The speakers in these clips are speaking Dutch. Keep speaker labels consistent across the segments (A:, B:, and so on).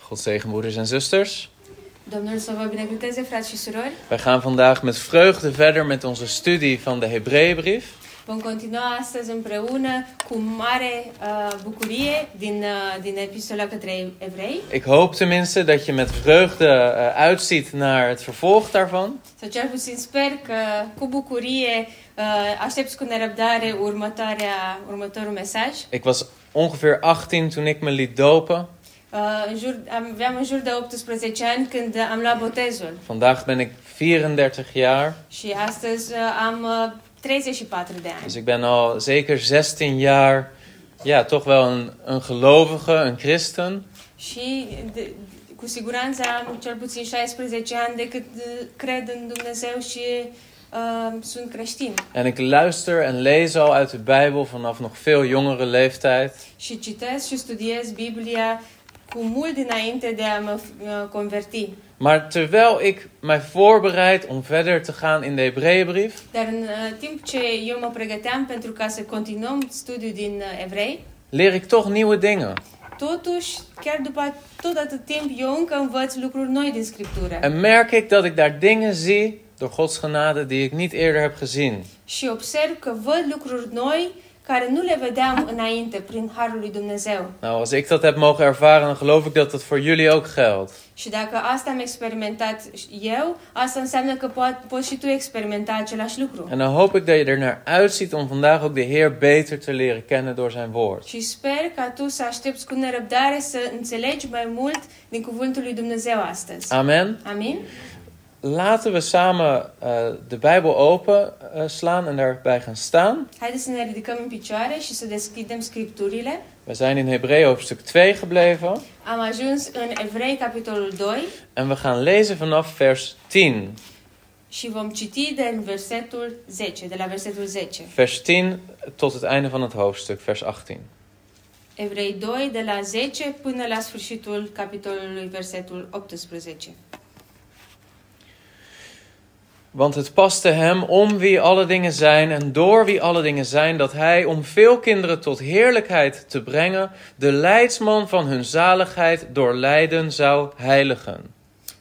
A: God zegen broeders en zusters.
B: Domnul să vă binecuvânteze, frați și surori.
A: Wij gaan vandaag met vreugde verder met onze studie van de Hebreeënbrief.
B: Vom continua astăzi împreună cu mare uh, bucurie din, uh, din epistola către evrei.
A: Ik hoop tenminste dat je met vreugde eh, uitziet naar het vervolg daarvan.
B: Să cel puțin sper că cu bucurie uh, aștepți cu nerăbdare următoarea, următorul mesaj.
A: Ik was ongeveer 18 toen ik me liet dopen.
B: Uh, în jur, am- aveam în jur de 18 ani când am luat botezul
A: Vandaag ben ik 34 jaar,
B: și astăzi uh, am uh, 34 de ani.
A: dus ik ben al zeker 16 jaar ja, toch wel een, een gelovige, een christen.
B: Și de, cu siguranță am cel puțin 16 ani de cât uh, cred în Dumnezeu și uh, sunt creștin.
A: En ik luister en lees al uit de Bijbel vanaf nog veel jongere leeftijd.
B: Și citesc și studiez Biblia cu mult dinainte de a mă uh, converti.
A: Maar terwijl ik mij voorbereid om verder te gaan in de Hebreeënbrief,
B: Dar în uh, timp ce eu mă pregăteam pentru ca să continuăm studiul din uh, evrei,
A: leer ik toch nieuwe dingen.
B: totuși, chiar după tot atât timp, eu încă învăț lucruri noi din Scriptură.
A: En merk ik dat ik daar dingen zie door Gods genade die ik niet eerder heb gezien.
B: Și observ că văd lucruri noi care nu le vedeam înainte prin Harul lui Dumnezeu.
A: Nou, als ik dat heb mogen ervaren, dan geloof ik dat dat voor jullie ook geldt.
B: Și dacă asta am experimentat și eu, asta înseamnă că poți, poți și tu experimenta același lucru.
A: En dan hoop ik dat je er naar uitziet om vandaag ook de Heer beter te leren kennen door zijn woord.
B: Și sper ca tu să aștepți cu nerăbdare să înțelegi mai mult din cuvântul lui Dumnezeu astăzi.
A: Amen.
B: Amin?
A: Laten we samen eh, de Bijbel open eh, slaan en daarbij gaan staan.
B: Haideți să ne ridicăm în picioare și să deschidem scripturile.
A: We zijn in Hebreeën hoofdstuk 2 gebleven.
B: Am ajuns în Evrei, capitolul 2,
A: En we gaan lezen vanaf vers 10.
B: și vom citi de în versetul 10, de la versetul 10.
A: Vers 10 tot het einde van het hoofdstuk, vers 18.
B: Evrei 2, de la 10 până la sfârșitul capitolului, versetul 18.
A: Want het paste hem om wie alle dingen zijn en door wie alle dingen zijn, dat hij, om veel kinderen tot heerlijkheid te brengen, de leidsman van hun zaligheid door lijden zou heiligen.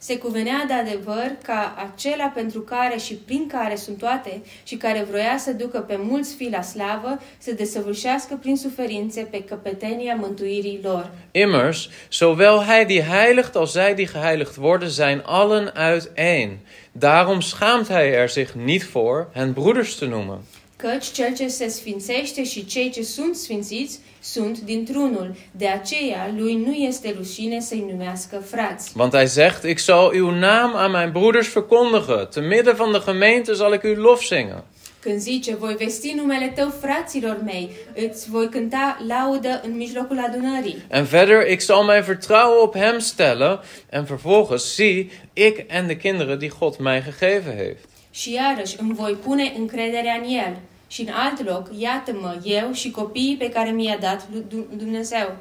B: Se cuvenea de adevăr ca acela pentru care și prin care sunt toate și care vroia să ducă pe mulți fi la slavă să desăvârșească prin suferințe pe căpetenia mântuirii lor.
A: Immers, zowel hij die heiligt als zij die geheiligd worden, zijn allen uiteen. Daarom schaamt hij er zich niet voor hen broeders te noemen.
B: Căci cel ce se sfințește și cei ce sunt sfințiți sunt dintr-unul. De aceea lui nu este rușine să-i numească frați.
A: Want hij zegt: Ik zal uw naam aan mijn broeders verkondigen. Te midden van de gemeente zal ik uw lof zingen.
B: Când zice, voi vesti numele tău fraților mei, îți voi cânta laudă în mijlocul adunării.
A: En verder, ik zal mijn vertrouwen op hem stellen. En vervolgens zie ik en de kinderen die God mij gegeven heeft.
B: Și iarăși îmi voi pune încrederea în el. Și în alt loc, iată-mă, eu și copiii pe care mi-i-a dat lu- Du- Dumnezeu.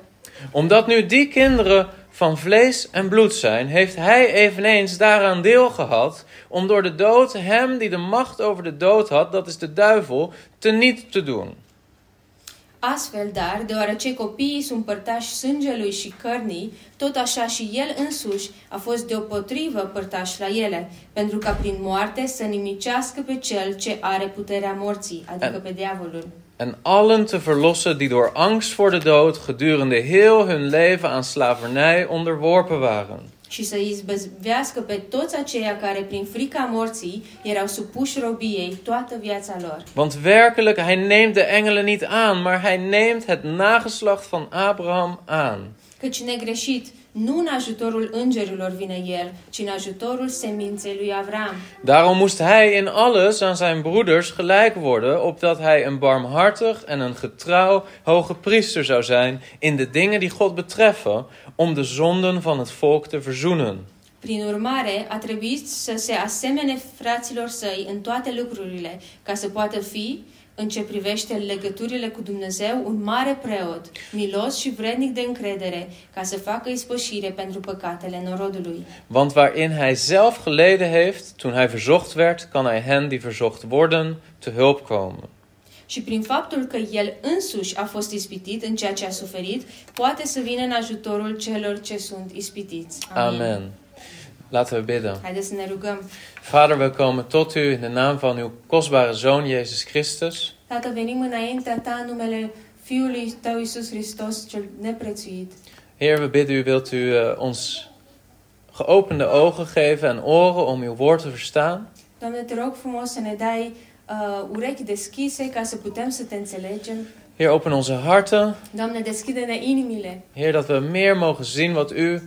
A: Omdat nu die kinderen van vlees en bloed zijn, heeft hij eveneens daaraan deel gehad. Om door de dood hem die de macht over de dood had, dat is de duivel, teniet te doen.
B: Astfel, dar, deoarece copiii sunt părtași sângelui și cărnii, tot așa și el însuși a fost deopotrivă părtaș la ele, pentru ca prin moarte să nimicească pe cel ce are puterea morții, adică pe diavolul.
A: En allen te verlossen die door angst voor de dood gedurende heel hun leven aan slavernij onderworpen waren.
B: și să îi izbăvească pe toți aceia care prin frica morții erau supuși robiei toată viața lor.
A: Want werkelijk, hij neemt de engelen niet aan, maar hij neemt het nageslacht van Abraham aan.
B: Căci negreșit, nu în ajutorul îngerilor vine el, ci în ajutorul seminței lui Avram.
A: Daarom moest hij in alles aan zijn broeders gelijk worden, opdat hij een barmhartig en een getrouw hoge priester zou zijn in de dingen die God betreffen, om de zonden van het volk te verzoenen.
B: Prin urmare, a trebuit să se asemene fraților săi în toate lucrurile, ca să poată fi, în ce privește legăturile cu Dumnezeu, un mare preot, milos și vrednic de încredere, ca să facă ispășire pentru păcatele norodului.
A: Want waarin hij zelf geleden heeft, toen hij verzocht werd, kan hij hen die verzocht worden te hulp komen.
B: și prin faptul că El însuși a fost ispitit în ceea ce a suferit, poate să vină în ajutorul celor ce sunt ispitiți.
A: Amen. Laten we bidden.
B: Haideți să ne rugăm.
A: Vader, we komen tot u in de naam van uw kostbare Zoon Jezus Christus.
B: Tată, venim înaintea Ta în numele Fiului Tău, Iisus Hristos, cel neprețuit.
A: Heer, we bidden u, wilt u eh, ons geopende ogen geven en oren om uw woord te verstaan?
B: Doamne, te rog frumos să ne dai uh, urechi deschise ca să putem să te înțelegem.
A: Heer, open onze harten.
B: Doamne, deschide-ne inimile
A: Heer, dat we meer mogen zien wat u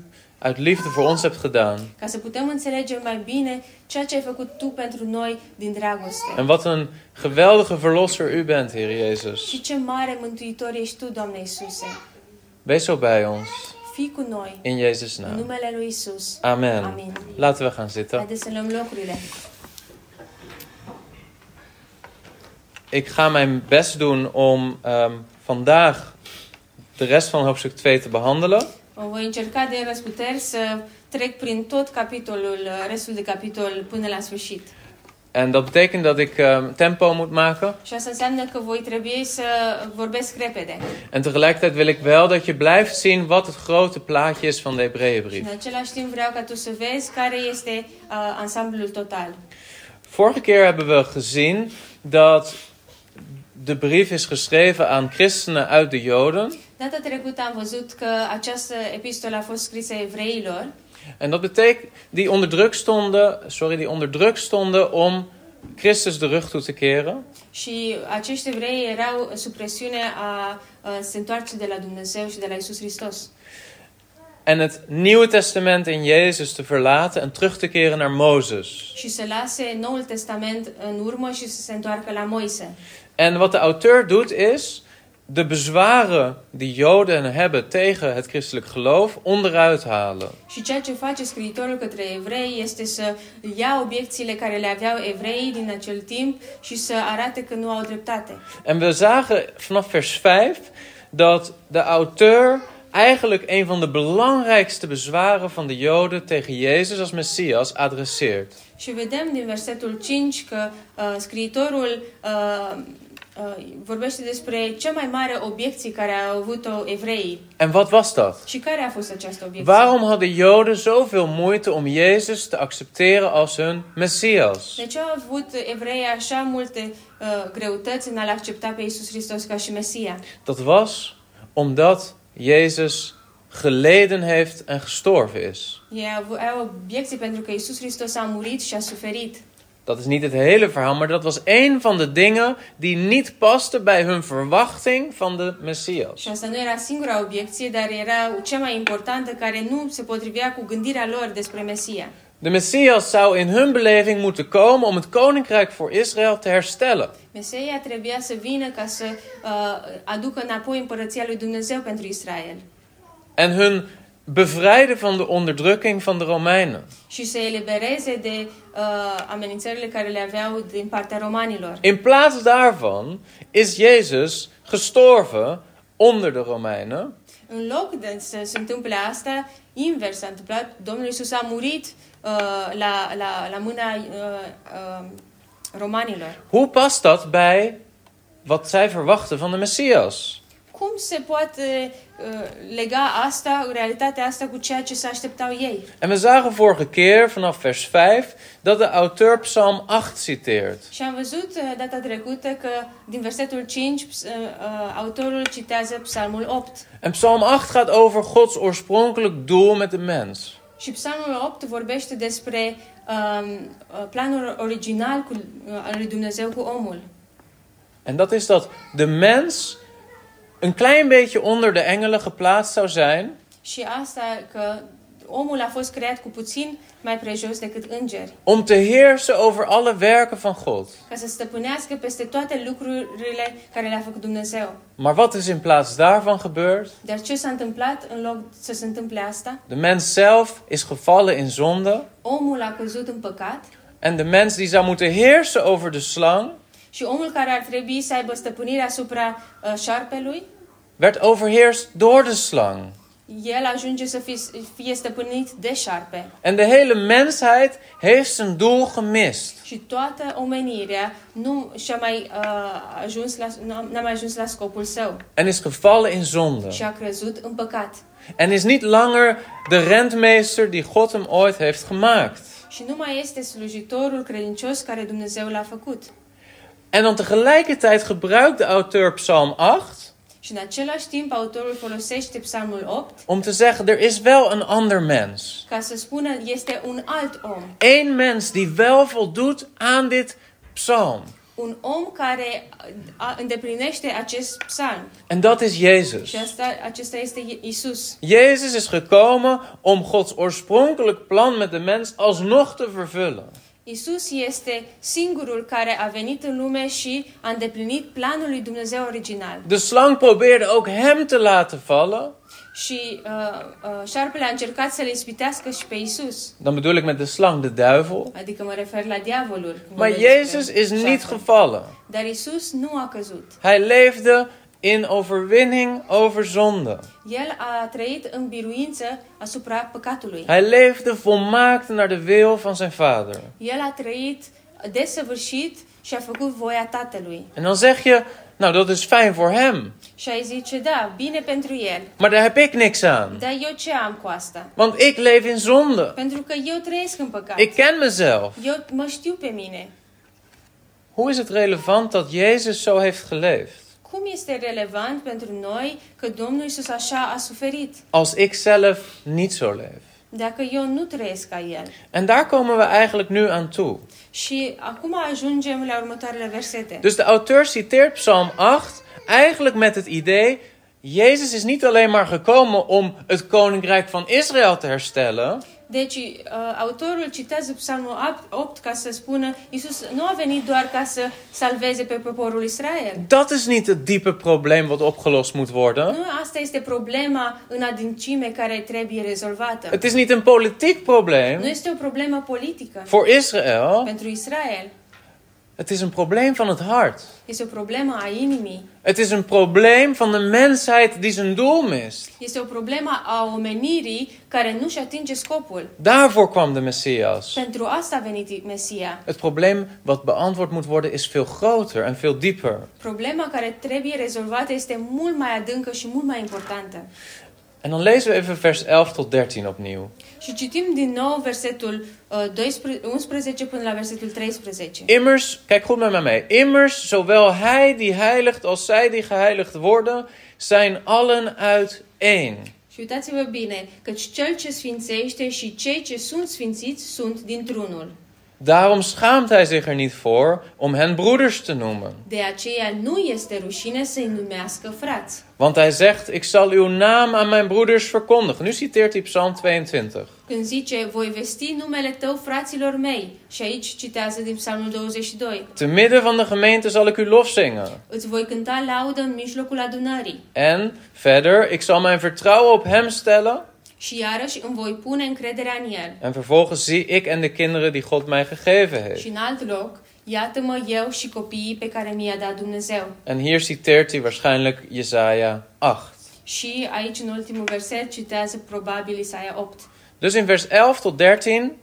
A: uit liefde voor ons hebt gedaan.
B: ca să putem înțelege mai bine ceea ce ai făcut Tu pentru noi din dragoste.
A: En wat een geweldige verlosser u bent, Heer Jezus.
B: Și ce mare mântuitor ești Tu, Doamne Iisuse.
A: Wees zo bij ons.
B: Fii cu noi,
A: In Jezus'
B: în
A: naam.
B: numele Lui Isus.
A: Amen.
B: Amin.
A: Laten we gaan zitten.
B: Haideți să luăm locurile.
A: Ik ga mijn best doen om ehm, vandaag de rest van hoofdstuk 2 te behandelen.
B: Voi încerca de răsputeri să trec prin tot capitolul, restul de capitol până la sfârșit.
A: En dat betekent dat ik ehm, tempo moet maken.
B: Și asta înseamnă că voi trebui să vorbesc repede.
A: En tegelijkertijd wil ik wel dat je blijft zien wat het grote plaatje is van de
B: Și în
A: Hebreeënbrief.
B: același timp vreau ca tu să vezi care este uh, ansamblul total.
A: Vorige keer hebben we gezien dat de brief is geschreven aan christenen uit de Joden.
B: Data trecută am văzut că această epistolă a fost scrisă evreilor
A: En dat betekent die onder druk stonden, sorry, die onder druk stonden om Christus de rug toe te keren.
B: și acești evrei erau sub presiune a uh, se întoarce de la Dumnezeu și de la Isus Hristos.
A: En het Nieuwe Testament in Jezus te verlaten en terug te keren naar Mozes.
B: Și să lase Noul Testament în urmă și să se întoarcă la Moise.
A: En wat de auteur doet is de bezwaren die Joden hebben tegen het christelijk geloof onderuit halen.
B: Și ceea ce face scriitorul către evrei este să ia obiecțiile care le aveau evreii din acel timp și să arate că nu au dreptate.
A: En we zagen vanaf vers 5 dat de auteur eigenlijk een van de belangrijkste bezwaren van de Joden tegen Jezus als Messias adresseert.
B: Și vedem din versetul 5 că uh, scriitorul uh, uh, vorbește despre cea mai mare obiecție care au avut-o evreii.
A: En wat was dat?
B: Și care a fost această obiecție?
A: Waarom hadden Joden zoveel moeite om Jezus te accepteren als hun Messias?
B: De ce Deci au avut evreii așa multe uh, greutăți în a-L accepta pe Iisus Hristos ca și Mesia?
A: Dat was omdat Jezus geleden heeft en gestorven is.
B: Ei au, au obiecții pentru că Iisus Hristos a murit și a suferit.
A: Dat is niet het hele verhaal, maar dat was één van de dingen die niet pasten bij hun verwachting van de Messias.
B: Și asta nu era singura obiecție, dar era cea mai importantă care nu se potrivea cu gândirea lor despre Mesia.
A: De Messias zou in hun beleving moeten komen om het koninkrijk voor Israël te herstellen.
B: Mesia trebuia să vină ca să uh, aducă înapoi împărăția lui Dumnezeu pentru Israel
A: En hun bevrijden van de onderdrukking van de Romeinen.
B: și să elibereze de uh, amenințările care le aveau din partea romanilor.
A: In plaats daarvan is Jezus gestorven onder de Romeinen.
B: În loc de să se întâmple asta, invers s-a întâmplat. Domnul Isus a murit uh, la, la, la mâna uh, uh, romanilor.
A: Hoe past dat bij wat zij verwachten van de Messias?
B: Cum se poate uh, lega asta, realitatea asta, cu ceea ce se așteptau ei?
A: En we zagen vorige keer vanaf vers 5 dat de auteur Psalm 8 citeert.
B: Și am văzut uh, data trecută că din versetul 5 ps- uh, uh, autorul citează Psalmul 8.
A: En Psalm 8 gaat over Gods oorspronkelijk doel met de mens.
B: Și Psalmul 8 vorbește despre um, uh, planul original cu, uh, al lui Dumnezeu cu omul.
A: En dat is dat de mens een klein beetje onder de engelen geplaatst zou zijn.
B: Și asta că omul a fost creat cu puțin mai prejos decât îngeri,
A: Om te heersen over alle werken van God.
B: ca să stăpânească peste toate lucrurile care le-a făcut Dumnezeu.
A: Maar wat is in plaats daarvan gebeurd?
B: Dar ce s-a întâmplat în loc să se întâmple asta?
A: De mens zelf is gevallen in zonde.
B: Omul a căzut în păcat
A: En de mens die zou moeten heersen over de slang,
B: și omul care ar trebui să aibă stăpânire asupra uh, șarpelui
A: werd overheerst door de slang.
B: el ajunge să fie, fie stăpânit de șarpe.
A: En de hele mensheid heeft zijn doel gemist.
B: Și toată omenirea nu și-a mai, uh, ajuns la, n-a n-a mai ajuns la scopul său
A: En is gevallen in
B: și
A: zonde.
B: a crezut în păcat.
A: En is niet langer de rentmeester die God hem ooit heeft gemaakt.
B: Și nu mai este slujitorul credincios care Dumnezeu l-a făcut.
A: En dan tegelijkertijd gebruikt de auteur Psalm 8
B: Și în același timp autorul folosește psalmul 8
A: om te zeggen: er is wel een ander mens.
B: ca să spună este un alt om.
A: Eén mens die wel voldoet aan dit psalm.
B: Un om care a, îndeplinește acest psalm.
A: En dat is Jezus.
B: Și asta, acesta este I- Isus.
A: Jezus is gekomen om Gods oorspronkelijk plan met de mens alsnog te vervullen.
B: Isus este singurul care a venit în lume și a îndeplinit planul lui Dumnezeu original.
A: De slang probeerde ook hem te laten vallen.
B: Și uh, uh, șarpele a încercat să le ispitească și pe Isus.
A: Dan bedoel ik met de slang de duivel.
B: Adică mă refer la diavolul. când
A: Maar
B: vorbesc
A: Jezus
B: despre
A: is niet
B: șarpe.
A: gevallen.
B: Dar Isus nu a căzut.
A: Hij leefde in overwinning over zonde.
B: El a trăit în biruință asupra păcatului.
A: Hij leefde volmaakt naar de wil van zijn vader.
B: El a trăit desăvârșit și a făcut voia Tatălui.
A: En dan zeg je, nou dat is fijn voor hem.
B: Și ai zice, da, bine pentru el,
A: Maar daar heb ik niks aan.
B: dar eu ce am cu asta?
A: Want ik leef in zonde.
B: Pentru că eu trăiesc în păcat.
A: Ik ken mezelf.
B: Eu mă știu pe mine.
A: Hoe is het relevant dat Jezus zo heeft geleefd?
B: Cum este relevant pentru noi că Domnul Isus așa a suferit,
A: als ik zelf niet zo leef.
B: dacă eu nu trăiesc ca El?
A: En daar komen we eigenlijk nu aan toe.
B: Și acum ajungem la următoarele versete.
A: Dus de auteur citeert Psalm 8 eigenlijk met het idee: Jezus is niet alleen maar gekomen om het koninkrijk van Israël te herstellen,
B: Deci, uh, autorul citează Psalmul 8 ca să spună Isus nu a venit doar ca să salveze pe poporul Israel.
A: dat is niet het diepe probleem wat opgelost moet worden.
B: Nu asta este problema în adâncime care trebuie rezolvată.
A: Het is niet een politiek
B: Nu
A: probleem
B: este o problemă politică
A: voor Israël,
B: pentru Israel.
A: het is een probleem van het hart.
B: Este o problemă a inimii.
A: Het is een probleem van de mensheid die zijn doel mist.
B: Este o problemă a omenirii care nu-și atinge scopul.
A: Daarvoor kwam de Messias.
B: Pentru asta a venit Mesia.
A: Het probleem wat beantwoord moet worden is veel groter en veel dieper.
B: Problema care trebuie rezolvată este mult mai adâncă și mult mai importantă.
A: En dan lezen we even vers 11 tot 13 opnieuw.
B: Și citim din nou versetul uh, 12, 11 până la versetul 13.
A: Immers, kijk goed met mij mee. Immers, zowel hij die heiligt als zij die geheiligd worden, zijn allen uit één.
B: Și uitați-vă bine, căci cel ce sfințește și cei ce sunt sfințiți sunt dintr-unul.
A: Daarom schaamt hij zich er niet voor om hen broeders te noemen.
B: De aceea nu este rușine să-i numească frați,
A: Want hij zegt, ik zal uw naam aan mijn broeders verkondigen. Nu citeert hij Psalm 22.
B: când zice, voi vesti numele tău fraților mei. Și aici citează din Psalmul 22.
A: Te midden van de gemeente zal ik u lof zingen.
B: Îți voi cânta laudă în mijlocul adunării.
A: En verder, ik zal mijn vertrouwen op hem stellen
B: Și iarăși îmi voi pune încrederea în el.
A: En vervolgens zie ik en de kinderen die God mij gegeven heeft.
B: Și în alt loc, iată-mă eu și copiii pe care mi-a dat Dumnezeu.
A: En hier citeert hij waarschijnlijk Jesaja 8.
B: Și aici, în ultimul verset, citează probabil Isaia 8.
A: Dus in vers 11 tot 13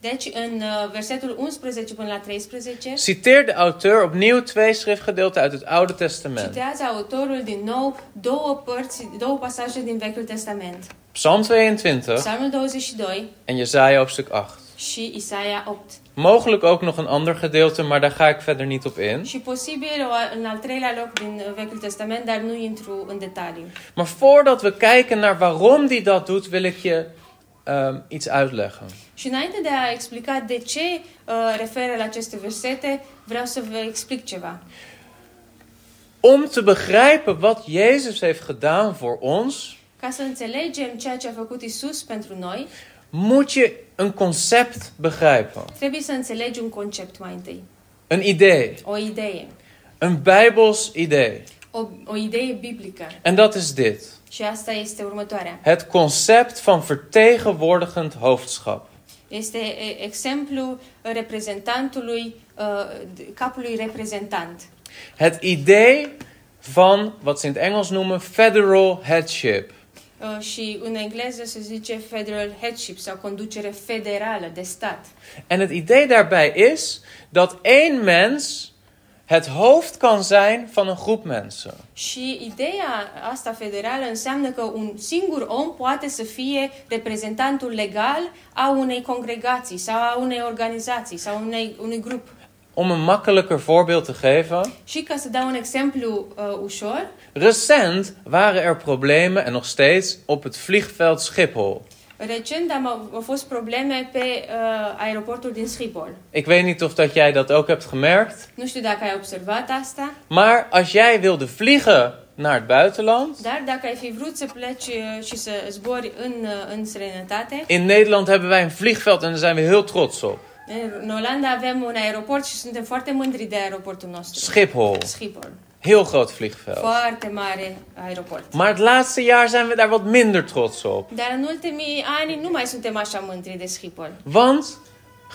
B: Deci, în uh, versetul 11 până la 13,
A: citeert de auteur opnieuw twee schriftgedeelten uit het Oude Testament.
B: citează autorul din nou două părți, două pasaje din Vechiul Testament.
A: Psalm 22
B: Psalmul 22
A: en Jesaja hoofdstuk 8.
B: și Isaia 8.
A: Mogelijk ook nog een ander gedeelte, maar daar ga ik verder niet op in.
B: Și posibil o- în al treilea loc din uh, Vechiul Testament, dar nu intru în detaliu.
A: Maar voordat we kijken naar waarom hij dat doet, wil ik je ehm, iets uitleggen.
B: Și înainte de a explica de ce uh, referă la aceste versete, vreau să vă explic ceva.
A: Om te begrijpen wat Jezus heeft gedaan voor ons,
B: Ca să înțelegem ceea ce a făcut Isus pentru noi,
A: moet je een concept begrijpen.
B: trebuie să înțelegi un concept mai întâi,
A: Een idee.
B: o idee,
A: Een bijbels idee.
B: o, o idee biblică.
A: En dat is dit.
B: Și asta este următoarea.
A: Het concept van vertegenwoordigend hoofdschap.
B: Este e, exemplu reprezentantului, uh, d- capului reprezentant.
A: Het idee van wat ze in het Engels noemen federal headship.
B: uh, și în engleză se zice federal headship sau conducere federală de stat.
A: En het idee daarbij is dat één mens het hoofd kan zijn van een groep mensen.
B: Și ideea asta federală înseamnă că un singur om poate să fie reprezentantul legal a unei congregații sau a unei organizații sau unei, unui grup.
A: Om een makkelijker voorbeeld te geven.
B: Și ca să dau un exemplu uh, ușor,
A: Recent waren er problemen en nog steeds op het vliegveld Schiphol.
B: recent am, au au fost probleme pe uh, aeroportul din Schiphol.
A: Ik weet niet of dat jij dat ook hebt gemerkt.
B: Nu știu dacă ai observat asta,
A: Maar als jij wilde vliegen naar het buitenland.
B: dar dacă ai fi vrut să pleci uh, și să zbori în, uh, în străinătate,
A: In Nederland hebben wij een vliegveld en daar zijn we heel trots op.
B: în Olanda avem un aeroport și suntem foarte mândri de aeroportul nostru.
A: Schiphol.
B: Schiphol.
A: Heel groot vliegveld.
B: Foarte mare aeroport.
A: Maar het laatste jaar zijn we daar wat minder trots op.
B: Dar în ultimii ani nu mai suntem așa mândri de Schiphol.
A: Want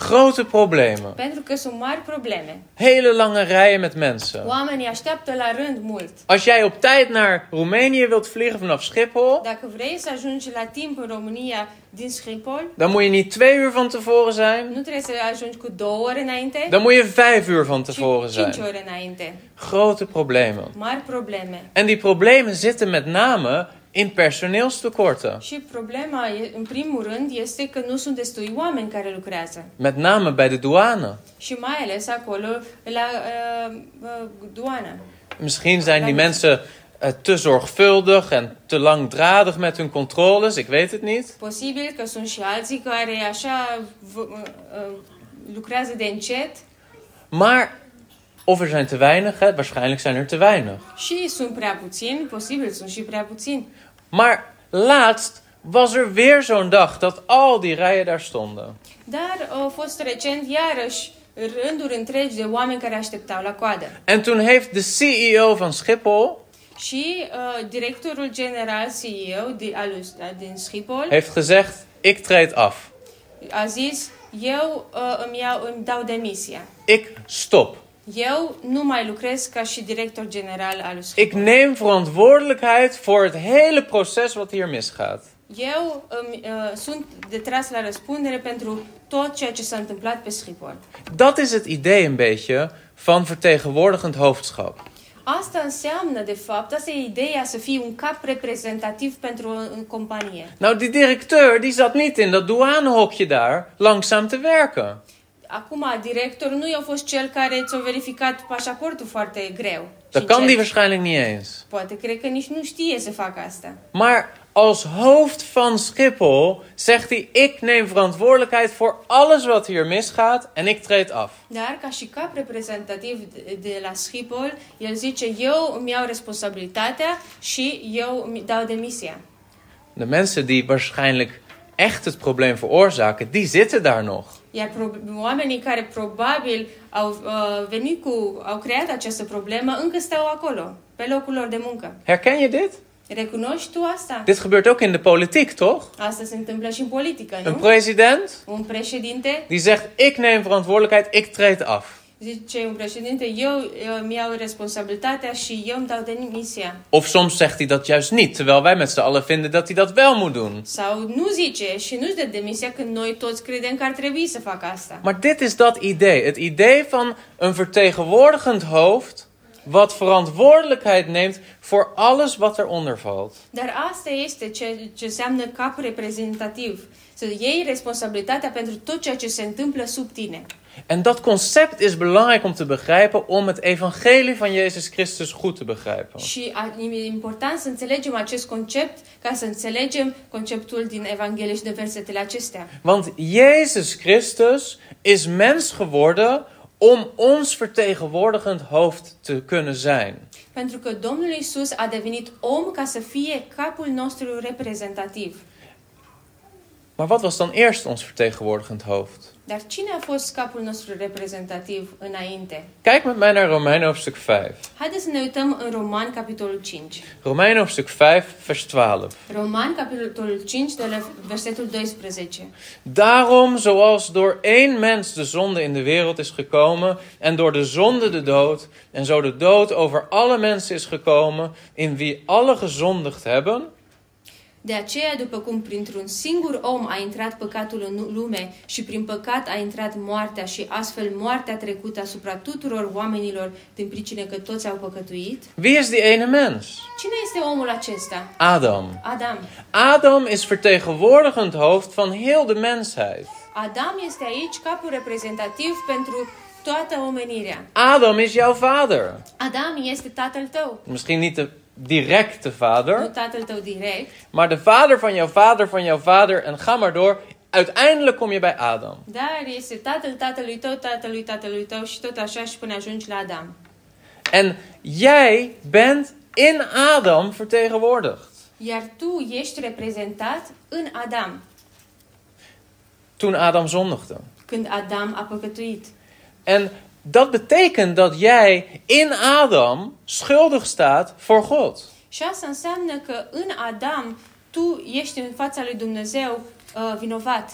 A: grote problemen.
B: Pentru că sunt mari probleme.
A: Hele lange rijen met mensen.
B: Oamenii așteaptă la rând mult.
A: Als jij op tijd naar Roemenië wilt vliegen vanaf Schiphol,
B: Dacă vrei să ajungi la timp în România din Schiphol,
A: dan moet je niet twee uur van tevoren zijn.
B: nu trebuie să ajungi cu două ore înainte,
A: Dan moet je vijf uur van
B: ci
A: tevoren
B: cinci
A: zijn.
B: ore înainte.
A: Grote problemen.
B: Mari probleme.
A: En die problemen zitten met name in personeelstekorten.
B: Și problema, e- în primul rând, este că nu sunt destui oameni care lucrează.
A: Met name bij de douane.
B: Și mai ales acolo, la uh, uh, doană.
A: Misschien zijn die mensen eh, te zorgvuldig en te langdradig met hun controles, ik weet het niet.
B: Posibil că sunt și alții care așa v- uh, uh, lucrează de încet
A: Maar of er zijn te weinig, hè? waarschijnlijk zijn er te weinig.
B: și sunt prea puțini, posibil sunt și prea puțini.
A: Maar laatst was er weer zo'n dag dat al die rijen daar stonden.
B: Dar au fost recent iarăși rânduri întregi de oameni care așteptau la coadă.
A: En toen heeft de CEO van Schiphol
B: Și uh, directorul general CEO de, al, din Schiphol
A: heeft gezegd: ik treed af,
B: a zis eu uh, îmi, iau, îmi dau demisia.
A: ik stop,
B: Eu nu mai lucrez ca și director general al Schiphol.
A: ik neem verantwoordelijkheid voor het hele proces wat hier misgaat.
B: Eu îmi, uh, sunt de tras la răspundere pentru tot ceea ce s-a întâmplat pe Schiphol.
A: Dat is het idee een beetje van vertegenwoordigend hoofdschap.
B: Asta înseamnă, de fapt, asta e ideea să fii un cap reprezentativ pentru o o companie.
A: Nou, die directeur die zat niet in dat douanehokje daar langzaam te werken.
B: Acum, directorul nu i-a fost cel care ți-a verificat pașaportul foarte greu.
A: Dat
B: Și
A: kan
B: ce-
A: die waarschijnlijk niet eens.
B: Poate cred că nici nu știe să facă asta.
A: Maar als hoofd van Schiphol zegt hij: Ik neem verantwoordelijkheid voor alles wat hier misgaat en ik treed af.
B: Dar, ca și cap reprezentativ de- de la Schiphol, el zice, eu îmi iau responsabilitatea și eu îmi dau demisia.
A: De mensen die waarschijnlijk echt het probleem veroorzaken, die zitten daar nog.
B: Iar pro- oamenii care probabil au uh, venit cu, au creat această problemă, încă stau acolo, pe locul lor de muncă.
A: Herken je dit?
B: Recunoști tu asta?
A: Dit gebeurt ook in de politiek, toch?
B: Asta se întâmplă și în politică,
A: Een
B: nu?
A: president
B: Un președinte
A: die zegt: Ik neem verantwoordelijkheid, ik treed af.
B: zice, un președinte, eu uh, mi-au responsabilitatea și eu îmi dau demisia.
A: Of soms zegt hij dat juist niet, terwijl wij met z'n allen vinden dat hij dat wel moet doen.
B: Sau nu zice și nu-și dă demisia când noi toți credem că ar trebui să facă asta.
A: Maar dit is dat idee. Het idee van een vertegenwoordigend hoofd. wat verantwoordelijkheid neemt voor alles wat eronder valt.
B: Dar asta este ce, ce înseamnă cap reprezentativ. Să iei responsabilitatea pentru tot ceea ce se întâmplă sub tine.
A: En dat concept is belangrijk om te begrijpen. om het evangelie van Jezus Christus goed te begrijpen.
B: Și a- e important să înțelegem acest concept ca să înțelegem conceptul din Evanghelie și de versetele acestea.
A: Want Jezus Christus is mens geworden. om ons vertegenwoordigend hoofd te kunnen zijn.
B: Pentru că Domnul Isus a devenit om ca să fie capul nostru reprezentativ.
A: Maar wat was dan eerst ons vertegenwoordigend hoofd?
B: Dar cine a fost capul nostru reprezentativ înainte?
A: Kijk met mij naar Romeinen hoofdstuk 5.
B: Haideți să ne uităm în Roman, capitolul 5.
A: Romeinen hoofdstuk 5, vers 12.
B: Roman, capitolul 5, de la versetul 12.
A: Daarom, zoals door één mens de zonde in de wereld is gekomen, en door de zonde de dood, en zo de dood over alle mensen is gekomen, in wie alle gezondigd hebben,
B: De aceea, după cum printr-un singur om a intrat păcatul în lume și prin păcat a intrat moartea și astfel moartea trecută asupra tuturor oamenilor din pricină că toți au păcătuit,
A: Wie is die ene mens?
B: cine este omul acesta?
A: Adam.
B: Adam.
A: Adam is vertegenwoordigend hoofd van heel de mensheid.
B: Adam este aici capul reprezentativ pentru toată omenirea.
A: Adam is jouw vader.
B: Adam este tatăl tău.
A: Misschien niet de directe
B: Nu
A: vader,
B: tatăl tău direct,
A: maar de vader van jouw vader van jouw vader en ga maar door. Uiteindelijk kom je bij Adam.
B: dar este tatăl tatălui tău, tatălui tatălui tău și tot așa și până ajungi la Adam.
A: En jij bent in Adam vertegenwoordigd.
B: Iar tu ești reprezentat în Adam,
A: Toen Adam zondigde.
B: când Adam a păcătuit.
A: En dat betekent dat jij in Adam schuldig staat voor God.
B: Și asta înseamnă că în Adam tu ești în fața lui Dumnezeu uh, vinovat.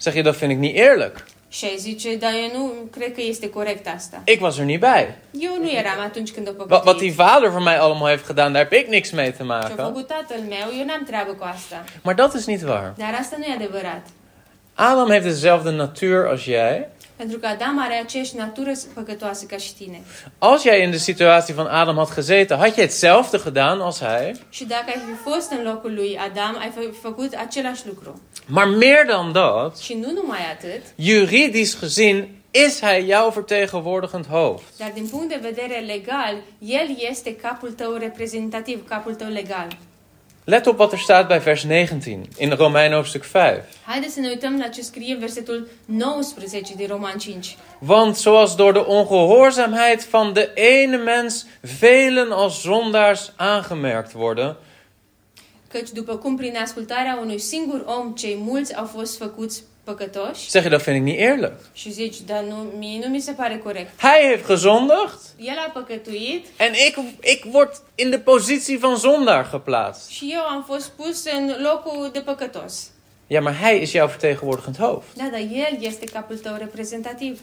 A: Zeg je, dat vind ik niet eerlijk.
B: Și ai zice, dar eu nu cred că este corect asta.
A: Ik was er niet bij.
B: Eu nu eram atunci când o
A: Wat, wat
B: păcătuit.
A: die vader van mij allemaal heeft gedaan, daar heb ik niks mee te
B: Ce-a
A: maken.
B: făcut tatăl meu, eu n-am treabă cu asta.
A: Maar dat is niet waar.
B: Dar asta nu e adevărat.
A: Adam heeft dezelfde natuur als jij.
B: Pentru că Adam are aceeași natură păcătoasă ca și tine.
A: Als jij in de situatie van Adam had gezeten, had je hetzelfde gedaan als hij.
B: Și dacă ai fi fost în locul lui Adam, ai fi făcut același lucru.
A: Maar meer dan dat,
B: Și nu numai atât,
A: juridisch gezien is hij jouw vertegenwoordigend hoofd.
B: dar din punct de vedere legal, el este capul tău reprezentativ, capul tău legal.
A: Let op wat er staat bij vers 19 in Romein hoofdstuk 5.
B: Haideți să ne uităm la ce scrie în versetul 19 din Roman 5.
A: Want zoals door de ongehoorzaamheid van de ene mens velen als zondaars aangemerkt worden,
B: Căci după cum prin ascultarea unui singur om cei mulți au fost făcuți păcătoși
A: zeg je dat vind ik niet eerlijk.
B: și zici, dar nu, mie nu mi se pare corect.
A: Hij heeft gezondigd
B: El a păcătuit
A: en ik, ik word in de positie van zondaar geplaatst.
B: și eu am fost pus în locul de păcătos.
A: Ja, maar hij is jouw vertegenwoordigend hoofd.
B: Da, dar el este capul tău reprezentativ.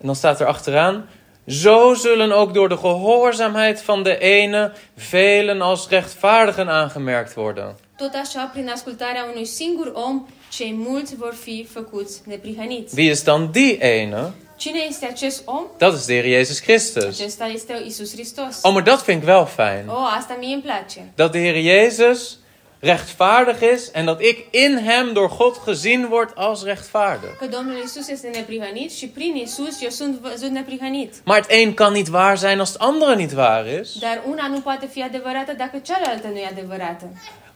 A: En dan staat er achteraan, zo zullen ook door de gehoorzaamheid van de ene velen als rechtvaardigen aangemerkt worden.
B: Tot așa, prin ascultarea unui singur om, cei mulți vor fi făcuți neprihăniți.
A: Wie is dan die ene?
B: Cine este acest om?
A: Dat is de Heer Jezus Christus.
B: Acesta este Isus Hristos.
A: Oh, maar dat vind ik wel fijn.
B: Oh, asta mie îmi place.
A: Dat de Heer Jezus rechtvaardig is en dat ik in Hem door God gezien word als rechtvaardig.
B: Că Domnul Isus este neprihănit și prin Isus eu sunt văzut neprihănit.
A: Maar het een kan niet waar zijn als het andere niet waar is.
B: Dar una nu poate fi adevărată dacă cealaltă nu e adevărată.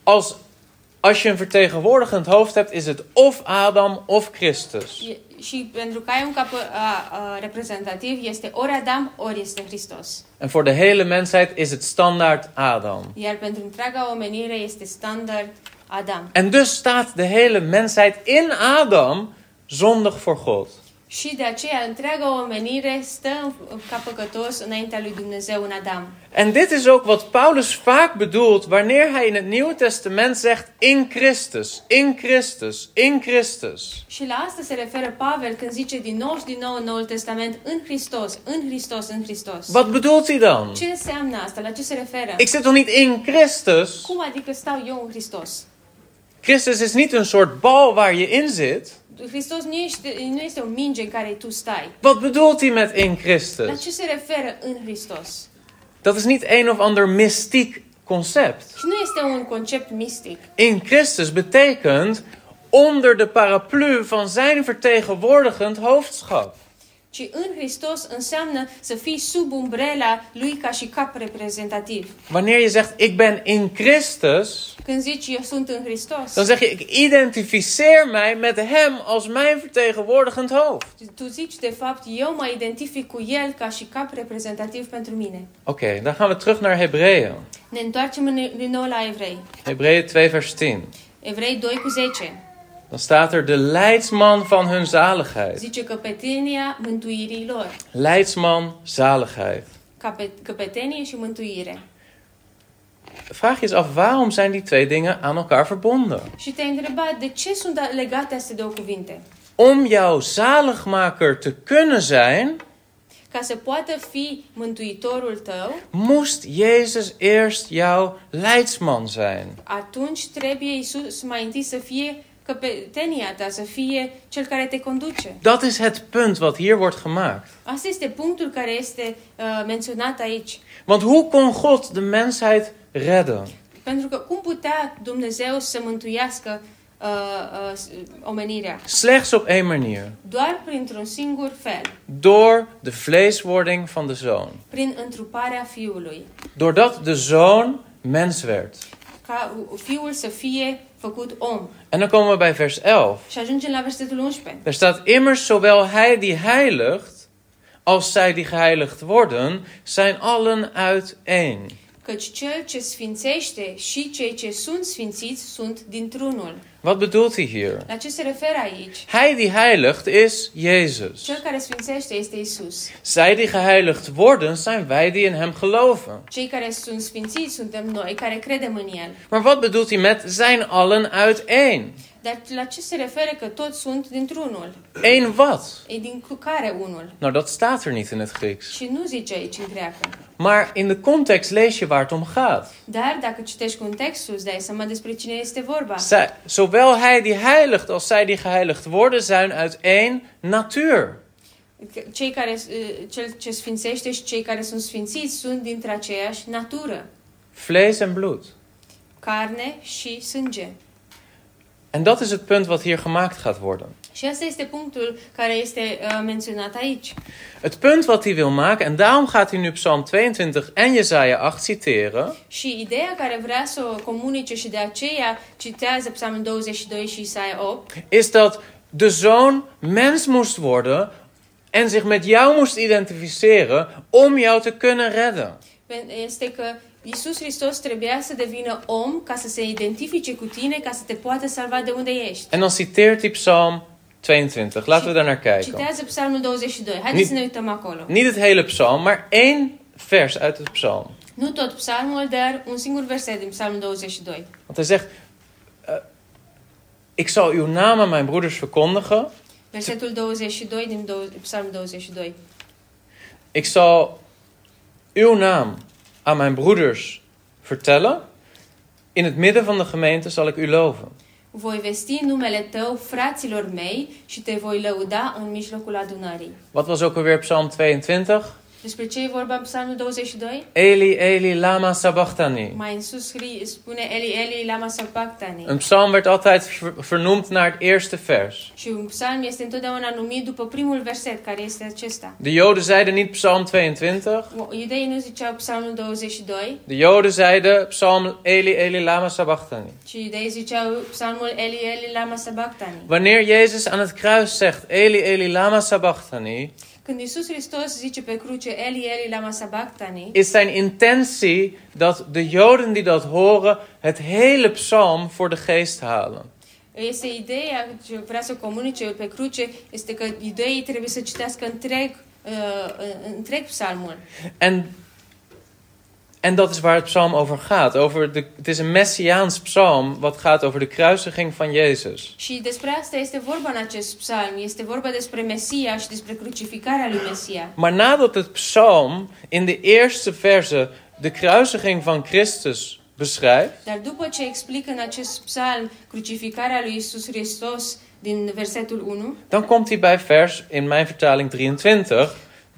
A: Als, als je een vertegenwoordigend hoofd hebt, is het of Adam of Christus.
B: E, și pentru că ai un cap a, a, reprezentativ, este ori Adam, ori este Hristos.
A: En voor de hele mensheid is het standaard Adam.
B: Iar pentru întreaga omenire este standard Adam.
A: En dus staat de hele mensheid in Adam zondig voor God.
B: Și de aceea întreaga omenire stă în- ca păcătos înaintea lui Dumnezeu în Adam.
A: En dit is ook wat Paulus vaak bedoelt wanneer hij in het Nieuwe Testament zegt in Christus, in Christus, in Christus.
B: Și la asta se referă Pavel când zice din nou și din nou în Noul Testament în Hristos, în Hristos, în Hristos.
A: Wat bedoelt hij dan?
B: Ce înseamnă asta? La ce se referă?
A: Ik zit toch niet in Christus?
B: Cum adică stau eu în Hristos?
A: Christus is niet een soort bal waar je in zit.
B: Hristos nu este, nu este o minge în care tu stai.
A: Wat bedoelt hij met in
B: La
A: Christus?
B: ce se referă în Hristos?
A: Dat is niet een of ander mystiek concept.
B: Și nu este un concept mistic.
A: In Christus betekent onder de paraplu van zijn vertegenwoordigend hoofdschap.
B: Ci în Hristos înseamnă să fii sub umbrela lui ca și cap reprezentativ.
A: Wanneer je zegt ik ben in Christus,
B: Când zici eu sunt în Hristos,
A: Dan zeg je, ik identificeer mij met hem als mijn vertegenwoordigend hoofd.
B: Tu zici, de fapt, eu mă identific cu el ca și cap reprezentativ pentru mine.
A: Oké, dan gaan we terug naar Hebreeën.
B: Ne întoarcem în- din nou la evrei.
A: Hebreeën 2 vers 10.
B: Evrei 2 cu 10
A: Dan staat er de leidsman van hun zaligheid.
B: zice căpetenia mântuirii lor.
A: Leidsman, zaligheid.
B: Capet, căpetenie și mântuire.
A: Vraag je eens af, waarom zijn die twee dingen aan elkaar verbonden?
B: Și te-ai întrebat de ce sunt a- legate astea două cuvinte?
A: Om jouw zaligmaker te kunnen zijn,
B: ca să poată fi mântuitorul tău,
A: moest Jezus eerst jouw leidsman zijn.
B: atunci trebuie Isus mai întâi să fie căpetenia ta, să fie cel care te conduce.
A: Dat is het punt wat hier wordt gemaakt.
B: Asta este punctul care este uh, menționat aici.
A: Want hoe kon God de mensheid redden?
B: Pentru că cum putea Dumnezeu să mântuiască uh, uh, s- omenirea?
A: Slechts op één manier:
B: Doar printr-un singur fel,
A: door de vleeswording van de zoon.
B: prin întruparea Fiului.
A: Doordat de zoon mens werd.
B: Ca Fiul să fie făcut om.
A: En dan komen we bij vers 11.
B: Și ajungem la versetul 11.
A: Daar staat immers zowel hij die heiligt als zij die geheiligd worden, zijn allen uit één.
B: Căci cel ce sfințește și cei ce sunt sfințiți sunt dintr-unul.
A: Wat bedoelt hij hier?
B: La ce se referă aici?
A: Hij die heiligt is Jezus.
B: Cel care sfințește este Isus.
A: Zij die geheiligd worden, zijn wij die in hem geloven.
B: Cei care sunt sfințiți suntem noi, care credem în El.
A: Maar wat bedoelt hij met zijn allen uit één?
B: Dar la ce se referă că toți sunt dintr-unul?
A: Eén wat?
B: E din cu care unul?
A: Nou, dat staat er niet in het Grieks.
B: Și nu zice aici în greacă.
A: Maar in de context lees je waar het om gaat.
B: Dar dacă citești contextul, îți dai seama despre cine este vorba.
A: Zij, zowel hij die heiligt als zij die geheiligd worden, zijn uit één natuur.
B: Că Adică Cei care, uh, cel ce sfințește și cei care sunt sfințiți sunt dintre aceeași natură,
A: Vlees en bloed.
B: carne și sânge.
A: En dat is het punt wat hier gemaakt gaat worden.
B: Și asta este punctul care este uh, menționat aici.
A: Het punt wat hij wil maken, en daarom gaat hij nu Psalm 22 en Jesaja 8 citeren.
B: Și ideea care vrea să o comunice și de aceea citează Psalmul 22 și Isaia 8,
A: is dat de zoon mens moest worden en zich met jou moest identificeren om jou te kunnen redden.
B: pen- este că Iisus Hristos trebuia să devină om ca să se identifice cu tine, ca să te poată salva de unde ești.
A: En dan citeert hij Psalm 22. Laten we daar naar kijken.
B: Citează Psalmul 22. Haideți
A: Ni-
B: să ne uităm acolo.
A: Niet het hele psalm, maar één vers uit het psalm.
B: Nu tot psalmul, dar un singur verset din psalmul 22.
A: Want hij zegt: eh, Ik zal uw naam aan mijn broeders verkondigen.
B: Versetul 22 din dou- psalmul 22.
A: Ik zal uw naam aan mijn broeders vertellen. In het midden van de gemeente zal ik u loven.
B: Voi vesti numele tău fraților mei și te voi lăuda în mijlocul adunării.
A: Wat was ook alweer Psalm 22?
B: Despre ce e vorba în psalmul 22?
A: Eli, Eli, lama sabachthani.
B: Mai în sus scrie- spune Eli, Eli, lama sabachthani.
A: Een psalm werd altijd ver- vernoemd naar het eerste vers.
B: Și un psalm este întotdeauna numit după primul verset, care este acesta.
A: De Joden zeiden niet Psalm 22.
B: Iudeii nu ziceau psalmul 22,
A: De Joden zeiden Psalm Eli, Eli, lama sabachthani.
B: ci iudeii ziceau psalmul Eli, Eli, lama sabachthani.
A: Wanneer Jezus aan het kruis zegt Eli, Eli, lama sabachthani,
B: Când Iisus Hristos zice pe cruce Eli, Eli, lama sabachthani,
A: is zijn intentie dat de Joden die dat horen het hele psalm voor de geest halen.
B: este ideea ce vrea să comunice pe cruce, este că iudeii trebuie să citească întreg, uh, întreg psalmul.
A: En, en dat is waar het psalm over gaat. Over de, het is een messiaans psalm wat gaat over de kruisiging van Jezus.
B: Și despre asta este vorba în acest psalm. Este vorba despre Mesia și despre crucificarea lui Mesia.
A: Maar nadat het psalm in de eerste verse de kruisiging van Christus beschrijft,
B: Dar după ce explică în acest psalm crucificarea lui Isus Hristos din versetul 1,
A: dan komt hij bij vers in mijn vertaling 23,